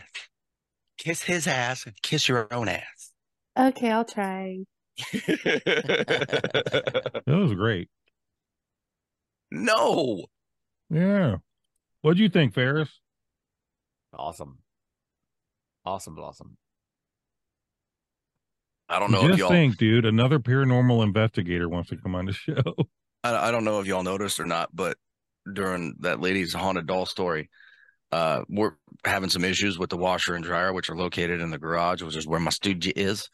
S2: Kiss his ass and kiss your own ass.
S3: Okay, I'll try.
S4: that was great.
S2: no.
S4: Yeah. What do you think, Ferris?
S1: Awesome. Awesome blossom.
S2: I don't know if
S4: Just
S2: y'all
S4: think, dude. Another paranormal investigator wants to come on the show.
S2: I, I don't know if y'all noticed or not, but during that lady's haunted doll story, uh, we're having some issues with the washer and dryer, which are located in the garage, which is where my studio is.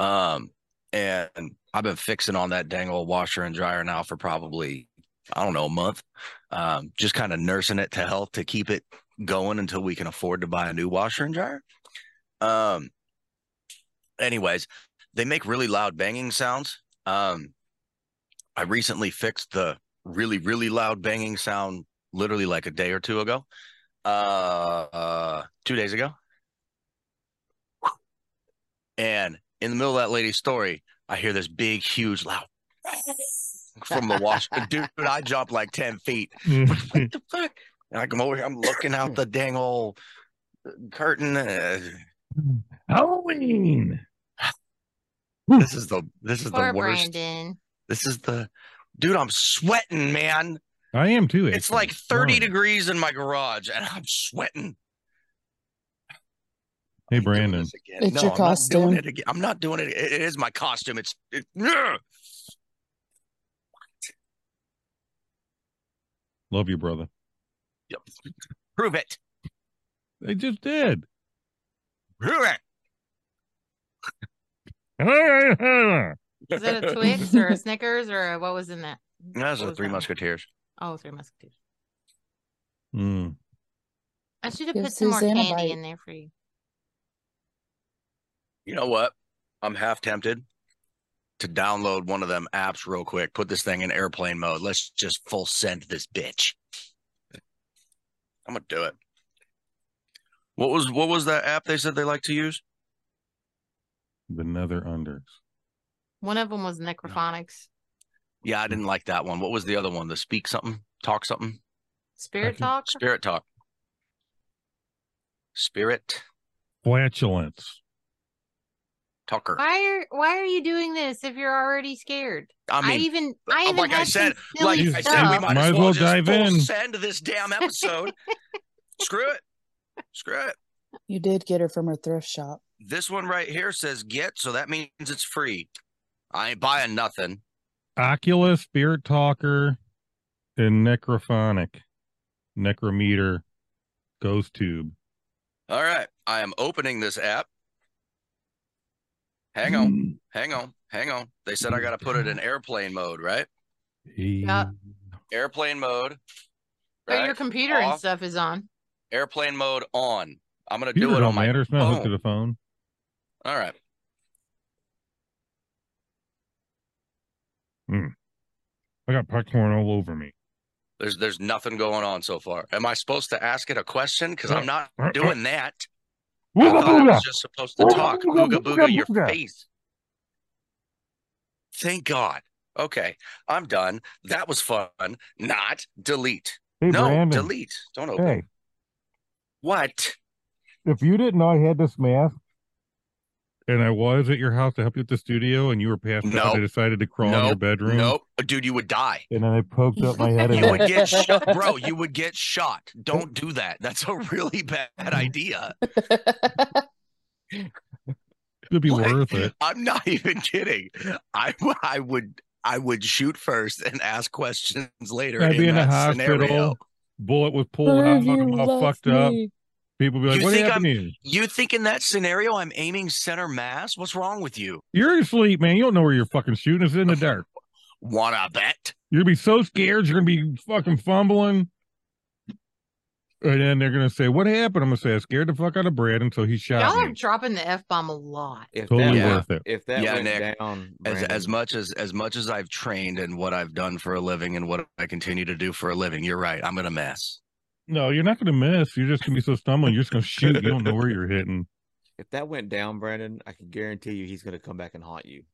S2: Um, and I've been fixing on that dang old washer and dryer now for probably I don't know a month. Um, just kind of nursing it to health to keep it going until we can afford to buy a new washer and dryer. Um, anyways, they make really loud banging sounds. Um, I recently fixed the really, really loud banging sound literally like a day or two ago. Uh, uh two days ago. And in the middle of that lady's story, I hear this big, huge, loud from the wash. Dude, I jump like 10 feet. What the fuck? And I come over here, I'm looking out the dang old curtain. Uh,
S4: Halloween.
S2: this is the this is
S5: Poor
S2: the worst.
S5: Brandon.
S2: This is the dude, I'm sweating, man.
S4: I am too.
S2: It's
S4: actually.
S2: like 30
S4: Darn.
S2: degrees in my garage and I'm sweating.
S4: Hey,
S2: I'm doing
S4: Brandon.
S2: this again.
S3: It's
S2: no,
S3: your
S2: I'm Not
S3: costume.
S2: doing it again. I'm not doing it. It- it is my costume. It's it, ugh.
S4: Love you, brother.
S2: Yep. prove it.
S4: They just did.
S2: Prove it.
S5: Is
S4: That's
S5: that a Twix or a Snickers or a, what was in that?
S2: Those
S5: What
S2: are
S5: was
S2: three
S5: that?
S2: musketeers.
S5: Oh, three musketeers.
S4: Mm.
S5: I should have
S3: Give
S5: put some more
S3: Suzanne a
S5: candy
S3: bite.
S5: in there for you.
S2: You know what? I'm half tempted to download one of them apps real quick. Put this thing in airplane mode. Let's just full send this bitch. I'm gonna do it. What was what was that app they said they like to use?
S4: The Nether Unders.
S5: One of them was necrophonics.
S2: Yeah, I didn't like that one. What was the other one? The speak something, talk something,
S5: Spirit
S4: can-
S5: talk?
S2: spirit talk, spirit
S4: Flatulence.
S2: talker.
S5: Why are why are you doing this if you're already scared?
S2: I mean,
S5: even
S2: uh,
S5: I even
S2: like I
S5: had some
S2: said, like
S5: silly
S2: I said, we
S5: stuff.
S2: might, as well, just dive in. Send this damn episode. Screw it. Screw it.
S3: You did get her from her thrift shop.
S2: This one right here says get, so that means it's free. I ain't buying nothing.
S4: Oculus, Spirit Talker, and Necrophonic. Necrometer. Ghost Tube.
S2: All right. I am opening this app. Hang on. Hang on. Hang on. They said I got to put it in airplane mode, right?
S5: Yeah.
S2: Airplane mode.
S5: But your
S2: right?
S5: computer
S2: Off.
S5: and stuff is on.
S2: Airplane mode on. I'm going to
S4: Computer
S2: do it
S4: don't
S2: on my
S4: matter. It's not hooked to
S2: phone.
S4: the phone.
S2: All right.
S4: I got popcorn all over me.
S2: There's there's nothing going on so far. Am I supposed to ask it a question? Because I'm not
S4: Uh, uh,
S2: doing that. I
S4: Wooga
S2: thought I
S4: booga.
S2: was just supposed to
S4: Booga
S2: talk.
S4: booga
S2: Ooga
S4: booga
S2: booga your
S4: booga.
S2: face. Thank God. Okay, I'm done. That was fun. Not delete.
S4: Hey,
S2: no,
S4: Brandon.
S2: delete. Don't open.
S4: Hey,
S2: What?
S4: if you didn't know I had this mask. And I was at your house to help you at the studio, and you were passed out.
S2: Nope.
S4: I decided to crawl in your
S2: Nope.
S4: bedroom.
S2: Nope. Oh, Dude, you would die.
S4: And then I poked up my head. and
S2: You
S4: went,
S2: would get shot, bro. You would get shot. Don't do that. That's a really bad idea.
S4: Oh, It'd be
S2: What?
S4: worth it.
S2: I'm not even kidding. I I would I would shoot first and ask questions later.
S4: I'd
S2: in
S4: be in the
S2: that
S4: hospital.
S2: scenario.
S4: Bullet was pulled
S3: Where
S4: out.
S3: have you
S4: I'm all
S3: left
S4: fucked up.
S3: me?
S4: People be like,
S2: You
S4: "What
S2: think
S4: happened
S2: I'm-
S4: to you?
S2: You think in that scenario I'm aiming center mass? What's wrong with you?
S4: You're asleep, man. You don't know where you're fucking shooting. It's in the dark.
S2: Wanna bet?
S4: You're gonna be so scared. You're gonna be fucking fumbling. And then they're gonna say, "What happened?" I'm gonna say, "I scared the fuck out of Brad until he shot
S5: Y'all are
S4: me."
S5: dropping the F bomb a lot.
S1: If
S4: Totally
S1: that,
S4: worth it.
S1: If that
S2: Yeah,
S1: went
S2: Nick,
S1: down,
S2: as
S1: Brandon,
S2: as much as as much as I've trained and what I've done for a living and what I continue to do for a living, you're right. I'm gonna mess.
S4: No, you're not gonna miss. You're just gonna be so stumbling. You're just gonna shoot. You don't know where you're hitting.
S1: if that went down, Brandon, I can guarantee you he's gonna come back and haunt you.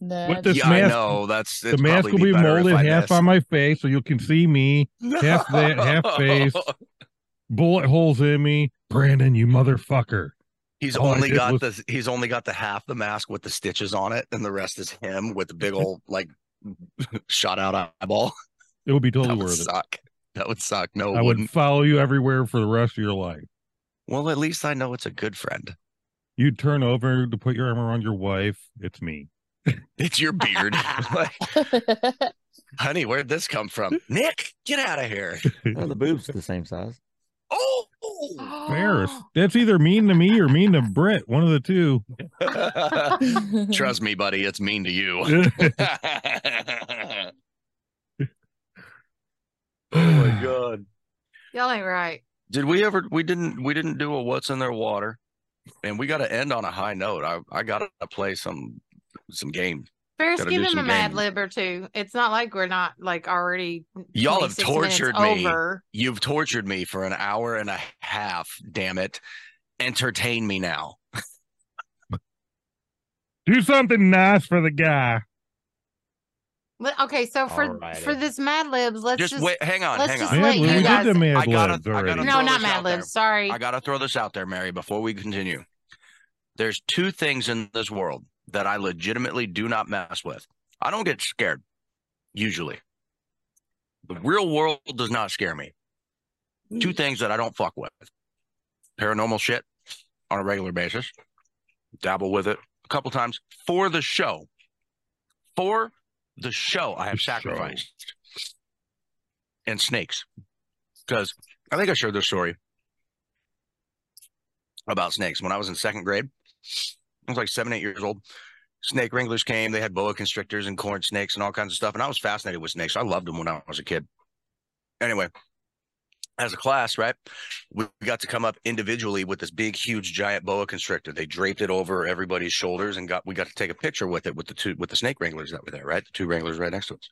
S3: That's-
S4: This
S2: yeah, I
S4: mask-
S2: know. That's
S4: the mask will be, molded half on my face, so you can see me. half that, half face. Bullet holes in me, Brandon. You motherfucker.
S2: He's
S4: All I
S2: only
S4: did
S2: got
S4: Oh, was-
S2: the he's only got the half the mask with the stitches on it, and the rest is him with the big old like shot out eyeball.
S4: It would be
S2: that
S4: totally
S2: would
S4: worth it.
S2: suck. That would suck. No,
S4: I
S2: it
S4: would
S2: wouldn't.
S4: follow you everywhere for the rest of your life.
S2: Well, at least I know it's a good friend.
S4: You'd turn over to put your arm around your wife. It's me.
S2: It's your beard. Like, honey, where'd this come from? Nick, get out of here.
S1: Well, the boobs the same size.
S2: Oh, oh.
S4: Ferris. That's either mean to me or mean to Brett. One of the two.
S2: trust me, buddy, it's mean to you.
S1: Oh
S2: god.
S5: Y'all ain't right.
S2: Did we ever we didn't we didn't do a what's in their water? And we gotta end on a high note. I, I gotta play some some game.
S5: Ferris,
S2: Gotta
S5: give
S2: do
S5: him a
S2: some
S5: mad
S2: game.
S5: lib or two. It's not like we're not like already.
S2: Y'all have
S5: 26 minutes
S2: tortured me.
S5: over.
S2: You've tortured me for an hour and a half, damn it. Entertain me now.
S4: Do something nice for the guy.
S5: Well, Okay, so for
S1: Alrighty.
S5: for this mad libs, let's
S2: Just,
S5: just,
S2: wait hang on,
S5: let's
S2: hang
S5: just
S2: on.
S5: let
S4: Man, we
S5: you
S4: did
S5: guys-
S4: the mad
S2: I gotta-
S4: libs
S2: I
S4: already.
S2: gotta-
S5: no,
S2: throw
S5: not
S2: this
S5: mad
S2: out there.
S5: libs. Sorry.
S2: I got to throw this out there, Mary, before we continue. There's two things in this world that I legitimately do not mess with. I don't get scared, usually. The real world does not scare me. Two things that I don't fuck with paranormal shit on a regular basis, dabble with it a couple times for the show. For the show, I have
S4: The show.
S2: sacrificed. And snakes. Because I think I shared this story about snakes. When I was in second grade, I was like seven, eight years old. Snake wranglers came. They had boa constrictors and corn snakes and all kinds of stuff. And I was fascinated with snakes. I loved them when I was a kid. Anyway, as a class, right, we we got to come up individually with this big, huge, giant boa constrictor. They draped it over everybody's shoulders and got we got to take a picture with it with the two with the snake wranglers that were there, right? The two wranglers right next to us.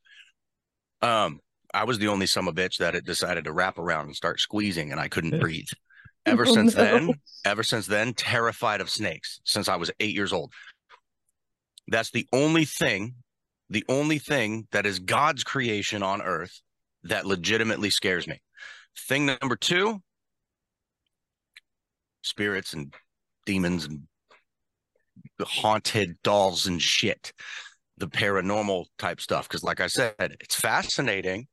S2: Um, I was the only son of a bitch that it decided to wrap around and start squeezing, and I couldn't breathe. Ever
S3: Oh,
S2: since
S3: no.
S2: then, ever since then terrified of snakes since I was eight years old. That's the only thing, the only thing that is God's creation on earth that legitimately scares me. Thing number two spirits and demons and haunted dolls and shit, the paranormal type stuff. Cause like I said, it's fascinating.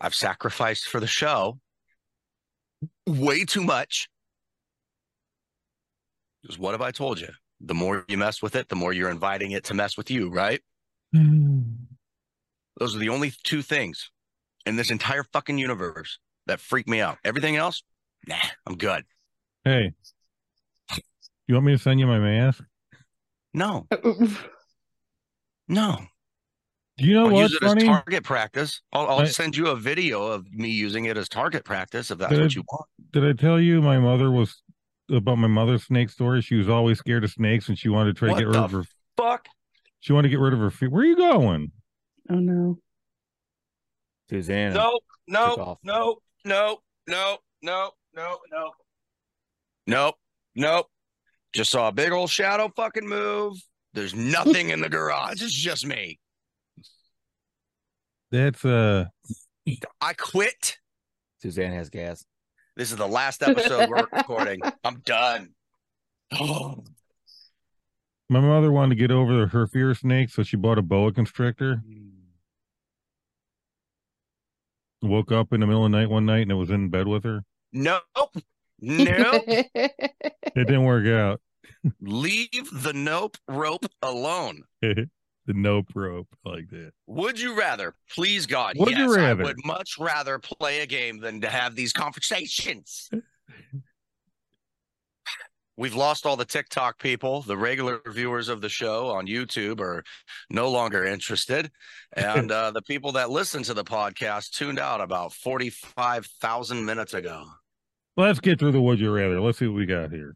S2: I've sacrificed for the show way too much. Because what have I told you? The more you mess with it, the more you're inviting it to mess with you, right?
S4: Hmm.
S2: Those are the only two things in this entire fucking universe that freak me out. Everything else, nah, I'm good.
S4: Hey, you want me to send you my mask?
S2: No,
S4: Oh.
S3: Oh,
S2: no.
S4: Do you know
S2: I'll use
S4: what's
S2: it
S4: funny?
S2: as target practice. I'll, I'll
S4: I-
S2: send you a video of me using it as target practice if that's
S4: Did I-
S2: what you want.
S4: Did I tell you my mother was about my mother's snake story? She was always scared of snakes, and she wanted to try
S2: What
S4: to get rid
S2: the
S4: of her.
S2: Fuck.
S4: She wanted to get rid of her feet. Where are you going?
S3: oh no.
S1: Suzanne.
S2: No,
S1: Took
S2: no,
S1: off.
S2: no, no, no, no, no, no. Nope, nope. Just saw a big old shadow fucking move. There's nothing in the garage. It's just me.
S4: That's uh.
S2: I quit.
S1: Suzanne has gas.
S2: This is the last episode we're recording. I'm done. Oh,
S4: My mother wanted to get over her fear of snakes, so she bought a boa constrictor. Woke up in the middle of the night one night and it was in bed with her.
S2: nope. Nope.
S4: It didn't work out.
S2: Leave the nope rope alone.
S4: the nope rope like that.
S2: Would you rather? Please, God.
S4: Would you
S2: yes,
S4: rather?
S2: I would much rather play a game than to have these conversations. We've lost all the TikTok people. The regular viewers of the show on YouTube are no longer interested. And uh, the people that listen to the podcast tuned out about 45,000 minutes ago.
S4: Let's get through the would you rather. Let's see what we got here.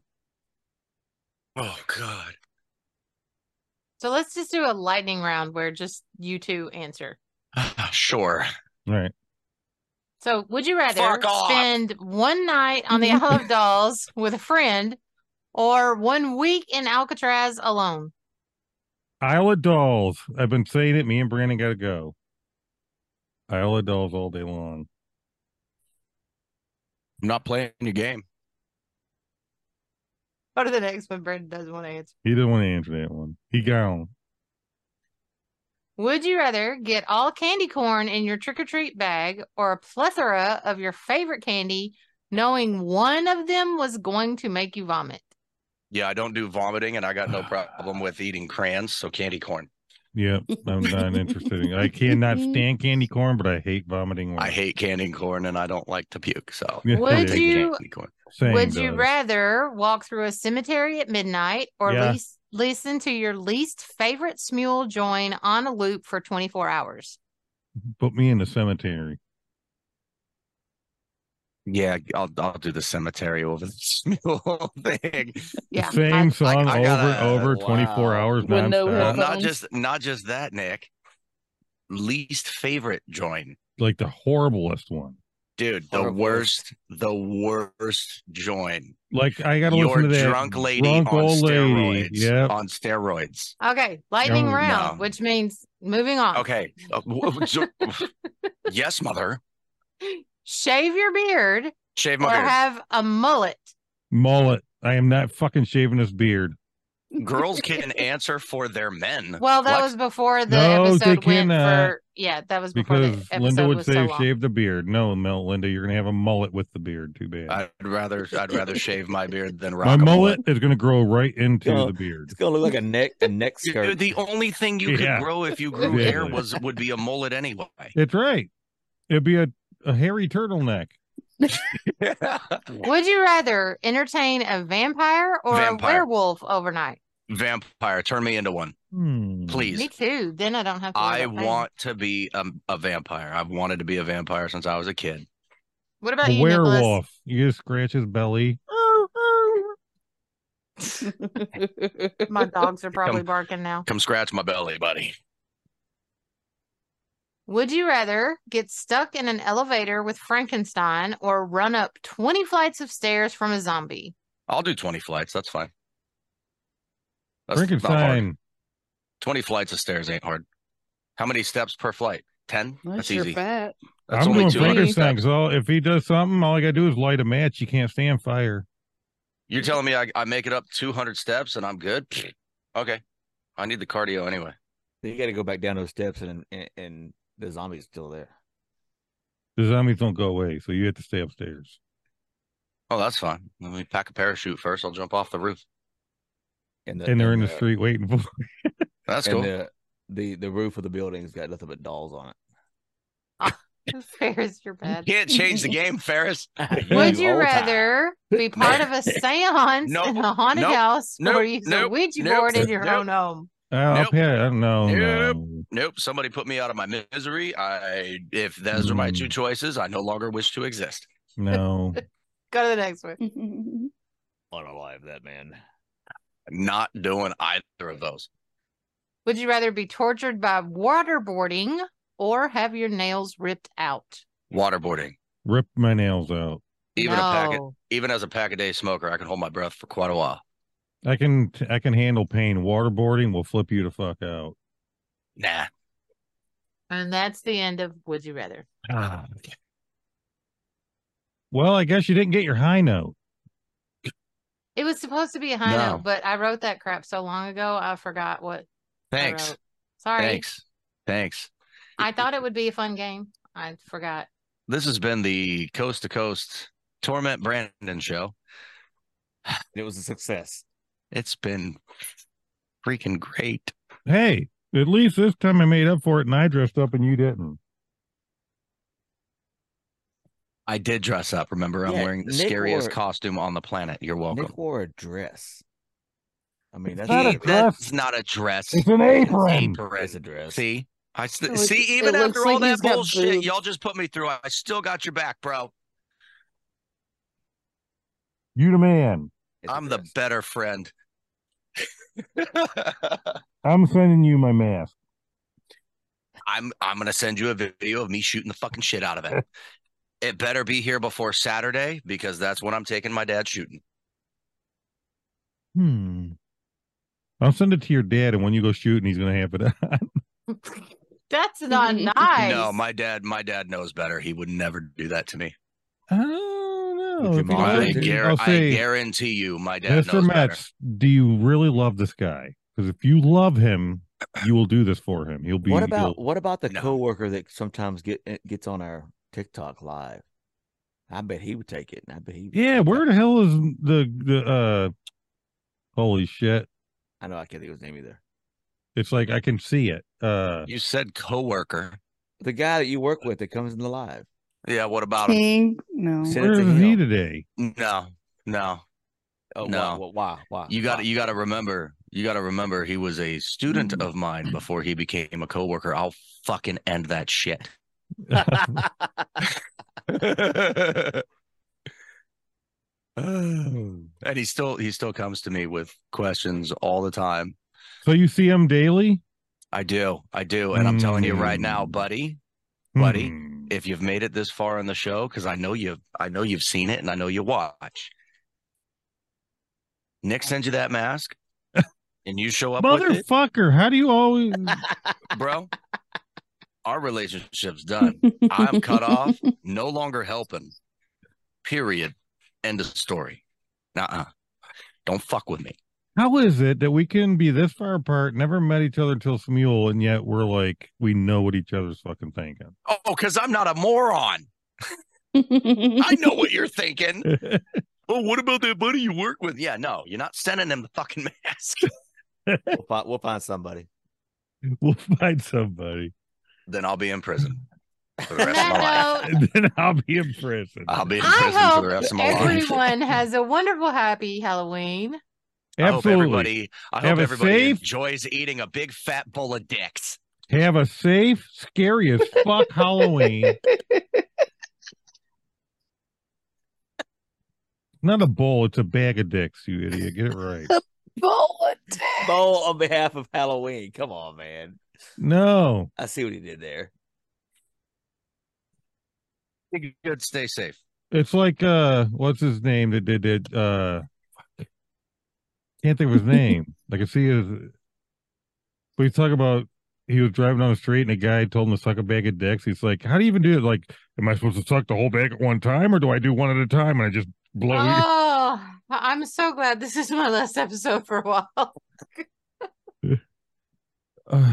S2: Oh, God.
S5: So let's just do a lightning round where just you two answer.
S2: Sure.
S4: All right.
S5: So would you rather
S2: Fuck off.
S5: spend one night on the Isle of Dolls with a friend or one week in Alcatraz alone?
S4: Isle of Dolls. I've been saying it. Me and Brandon got to go. Isle of Dolls all day long.
S2: I'm not playing your game.
S5: Go to the next one. Brandon doesn't want to answer.
S4: He didn't want to answer that one. He gone.
S5: Would you rather get all candy corn in your trick or treat bag or a plethora of your favorite candy, knowing one of them was going to make you vomit?
S2: Yeah, I don't do vomiting and I got no problem with eating crayons. So candy corn.
S4: Yep. I'm not interested. in- I cannot stand candy corn, but I hate vomiting.
S2: I hate candy corn and I don't like to puke. So
S4: Yeah.
S5: Would
S2: take
S5: you-
S2: candy corn.
S4: Same
S5: Would you
S4: does.
S5: rather walk through a cemetery at midnight or
S4: Yeah.
S5: least, listen to your least favorite smule join on a loop for 24 hours?
S4: Put me in the cemetery.
S2: Yeah, I'll I'll do the cemetery over the smule thing. Uh,
S4: The
S5: Yeah.
S4: Same song
S2: I
S4: over
S2: gotta-
S4: and over, 24
S2: wow.
S4: hours
S3: With no
S4: nonstop.
S2: Well, not
S3: Headphones.
S2: just not just that, Nick. Least favorite join,
S4: Like the horriblest one.
S2: dude. The
S1: Horrible.
S2: worst, the worst join.
S4: Like I got to listen
S2: Your
S4: to that
S2: drunk lady
S4: drunk
S2: on
S4: old
S2: steroids.
S4: lady. Yep.
S2: On steroids.
S5: I- okay. Lightning
S4: No.
S5: round,
S2: No.
S5: which means moving on.
S2: Okay. Uh, w- w- so- yes, mother.
S5: Shave your beard
S2: Shave
S5: or
S2: my beard.
S5: have a mullet.
S4: mullet. I am not fucking shaving this beard.
S2: Girls can answer for their men.
S5: Well, that
S2: What?
S5: was before the
S4: No, they
S5: episode went
S4: cannot,
S5: for. Yeah, that was before the
S4: Because
S5: episode
S4: Linda would
S5: was
S4: say
S5: so long.
S4: shave the beard. No, no, Linda, you're gonna have a mullet with the beard. Too bad.
S2: I'd rather I'd rather shave my beard than rock
S4: My
S2: a
S4: mullet is gonna grow right into
S1: Yeah.
S4: the beard.
S1: It's gonna look like a neck a neck skirt.
S2: Dude, the only thing you
S4: Yeah.
S2: could grow if you grew hair
S4: Exactly.
S2: was would be a mullet anyway.
S4: That's right. It'd be a, a hairy turtleneck.
S5: Would you rather entertain a vampire or
S2: Vampire.
S5: a werewolf overnight?
S2: Vampire, turn me into one,
S4: Hmm.
S5: Me
S2: please.
S5: too. Then I don't have to. worry
S2: I
S5: about pain.
S2: want to be a, a vampire. I've wanted to be a vampire since I was a kid.
S5: What about
S4: A
S5: you, Nicholas?
S4: werewolf. You just scratch his belly.
S5: My dogs are probably barking now.
S2: Come scratch my belly, buddy.
S5: Would you rather get stuck in an elevator with Frankenstein or run up 20 flights of stairs from a zombie?
S2: I'll do twenty flights. That's fine. That's not hard.
S4: Frankenstein.
S2: Twenty flights of stairs ain't hard. How many steps per flight? Ten.
S3: That's
S2: That's
S3: your
S2: easy.
S3: fat.
S2: That's
S4: I'm
S2: only
S4: doing
S2: two hundred
S4: Frankenstein.
S2: steps.
S4: Cause all, if he does something, all I gotta do is light a match. You can't stand fire.
S2: You're telling me I, I make it up 200 steps and I'm good? Okay. I need the cardio anyway.
S1: You got to go back down those steps, and, and and the zombie's still there.
S4: The zombies don't go away, so you have to stay upstairs.
S2: Oh, that's fine. Let me pack a parachute first. I'll jump off the roof.
S1: And, the,
S4: And they're in the
S1: the-
S4: street waiting for
S2: That's
S1: and
S2: cool.
S1: the, the the roof of the building's got nothing but dolls on it.
S5: Ferris, you're bad.
S2: Can't change the game, Ferris.
S5: Would uh, you
S1: old time.
S5: rather be part of a seance
S2: Nope.
S5: in a haunted
S2: Nope.
S5: house
S2: Nope.
S5: or use a
S2: Nope.
S5: Ouija
S2: Nope.
S5: board in your
S2: Nope.
S5: own home?
S4: Uh,
S2: Nope.
S4: up here, I don't know.
S2: Nope.
S4: no.
S2: Nope. Somebody put me out of my misery. I if those are my two
S4: Mm.
S2: choices, I no longer wish to exist.
S4: No.
S5: Go to the next one.
S1: Unalive that man.
S2: Not doing either of those.
S5: Would you rather be tortured by waterboarding or have your nails ripped out?
S2: Waterboarding.
S4: Rip my nails out.
S2: Even a packet
S5: No.
S2: even as a pack a day smoker, I can hold my breath for quite a while.
S4: I can I can handle pain. Waterboarding will flip you the fuck out.
S2: Nah.
S5: And that's the end of Would You Rather.
S2: Ah.
S4: Well, I guess you didn't get your high note.
S5: It was supposed to be a high
S2: No.
S5: note, but I wrote that crap so long ago, I forgot what I
S2: Thanks.
S5: wrote. Sorry.
S2: Thanks. Thanks.
S5: I thought it would be a fun game. I forgot.
S2: This has been the Coast to Coast Torment Brandon show.
S1: It was a success.
S2: It's been freaking great.
S4: Hey, at least this time I made up for it and I dressed up and you didn't.
S2: I did dress up. Remember, I'm
S1: Yeah,
S2: wearing the
S1: Nick
S2: scariest
S1: wore-
S2: costume on the planet. You're welcome.
S1: Nick wore a dress. I mean, that's
S6: It's not a
S2: Hey,
S6: dress.
S2: That's not a dress.
S6: It's an apron.
S2: apron.
S1: It's a dress.
S2: See, I st-
S3: It looks-
S2: see.
S3: it
S2: Even
S3: looks
S2: after all
S3: like he's
S2: that
S3: got
S2: bullshit y'all
S3: boobs.
S2: just put me through, I still got your back, bro.
S6: You the man.
S1: It's a
S2: I'm the
S1: dress.
S2: better friend.
S6: I'm sending you my mask.
S2: I'm I'm gonna send you a video of me shooting the fucking shit out of it. it better be here before Saturday because that's when I'm taking my dad shooting.
S4: Hmm. I'll send it to your dad, and when you go shooting, he's gonna have it on.
S5: That's not
S3: No,
S5: nice.
S2: No, my dad, my dad knows better. He would never do that to me.
S4: I don't know.
S1: Would
S4: If
S1: you
S4: he
S1: mind?
S2: I,
S4: does,
S2: guar-
S4: I'll
S2: I
S4: say,
S2: guarantee you, my dad
S4: Mister
S2: knows better.
S4: Metz, do you really love this guy? Because if you love him, you will do this for him. He'll be.
S1: What about
S4: he'll-
S1: what about the
S2: No.
S1: coworker that sometimes get eh, gets on our TikTok live? I bet he would take it. and I bet he. would
S4: Yeah,
S1: take
S4: where
S1: that.
S4: the hell is the the? uh Holy shit!
S1: I know I can't think of his name either.
S4: It's like I can see it. Uh
S2: You said coworker.
S1: The guy that you work with that comes in the live.
S2: Yeah, what about him?
S3: King? No.
S1: Send it
S4: Where
S1: to
S4: is he
S1: him.
S4: today?
S2: No, no.
S1: Oh,
S2: No.
S1: wow, wow, wow, wow.
S2: You got to you got to remember. You got to remember. He was a student of mine before he became a coworker. I'll fucking end that shit.
S1: Oh.
S2: and he still he still comes to me with questions all the time.
S4: So you see him daily,
S2: I do, I do, and I'm telling you right now,
S4: Hmm.
S2: buddy, Buddy,
S4: Hmm.
S2: if you've made it this far in the show, because I know you've I know you've seen it and I know you watch. Nick sends you that mask, and you show up with it,
S4: Motherfucker, how do you always?
S2: bro. Our relationship's done. I'm cut off. No longer helping. Period. End of story. Nuh-uh. Don't fuck with me.
S4: How is it that we can be this far apart, never met each other till Smule, and yet we're like we know what each other's fucking thinking?
S2: Oh, because I'm not a moron. I know what you're thinking. Oh, what about that buddy you work with? Yeah, no, you're not sending him the fucking mask.
S1: We'll find, we'll find somebody.
S4: we'll find somebody,
S2: then I'll be in prison for the
S5: On
S2: rest of my life.
S5: that note,
S4: and then I'll be in prison.
S2: I'll be in
S5: I
S2: prison for the
S5: hope
S2: rest of my life.
S5: everyone has a wonderful, happy Halloween.
S2: I hope
S4: Absolutely.
S2: everybody, I
S4: Have
S2: hope
S4: a
S2: everybody
S4: safe-
S2: enjoys eating a big fat bowl of dicks.
S4: Have a safe, scary as fuck Halloween. Not a bowl, it's a bag of dicks, you idiot. Get it right.
S3: Bullet.
S1: Bo on behalf of Halloween. Come on, man.
S4: No.
S1: I see what he did there.
S2: Good, stay safe.
S4: It's like uh what's his name that did it uh can't think of his name. like I see his we talk about he was driving down the street and a guy told him to suck a bag of dicks. He's like, How do you even do it? Like, am I supposed to suck the whole bag at one time or do I do one at a time and I just blow
S5: Oh, I'm so glad this is my last episode for a while.
S4: you?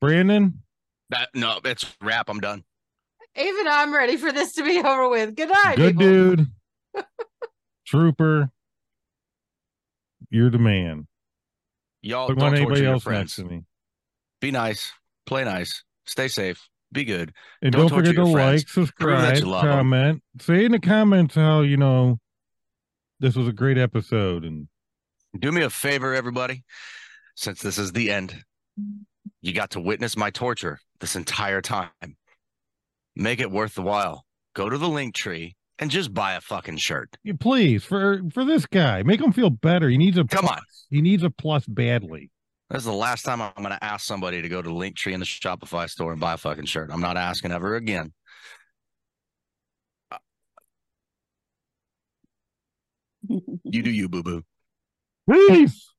S4: Brandon?
S2: That, no, it's wrap. I'm done.
S5: Even I'm ready for this to be over with. Good night,
S4: Good
S5: people.
S4: dude. Trooper. You're the man.
S2: Y'all
S4: Don't
S2: don't
S4: want
S2: torture
S4: anybody
S2: your
S4: else
S2: friends.
S4: next to me.
S2: Be nice. Play nice. Stay safe. Be good.
S4: And
S2: Don't
S4: don't,
S2: torture
S4: forget to
S2: your friends.
S4: like, subscribe,
S2: love 'em.
S4: comment. Say in the comments how you know this was a great episode and
S2: Do me a favor, everybody. Since this is the end, you got to witness my torture this entire time. Make it worth the while. Go to the link tree and just buy a fucking shirt.
S4: Yeah, please for for this guy, make him feel better. He needs a
S2: Come on.
S4: plus. He needs a plus badly.
S2: This is the last time I'm going to ask somebody to go to Linktree in the Shopify store and buy a fucking shirt. I'm not asking ever again. You do you, boo boo.
S4: Peace.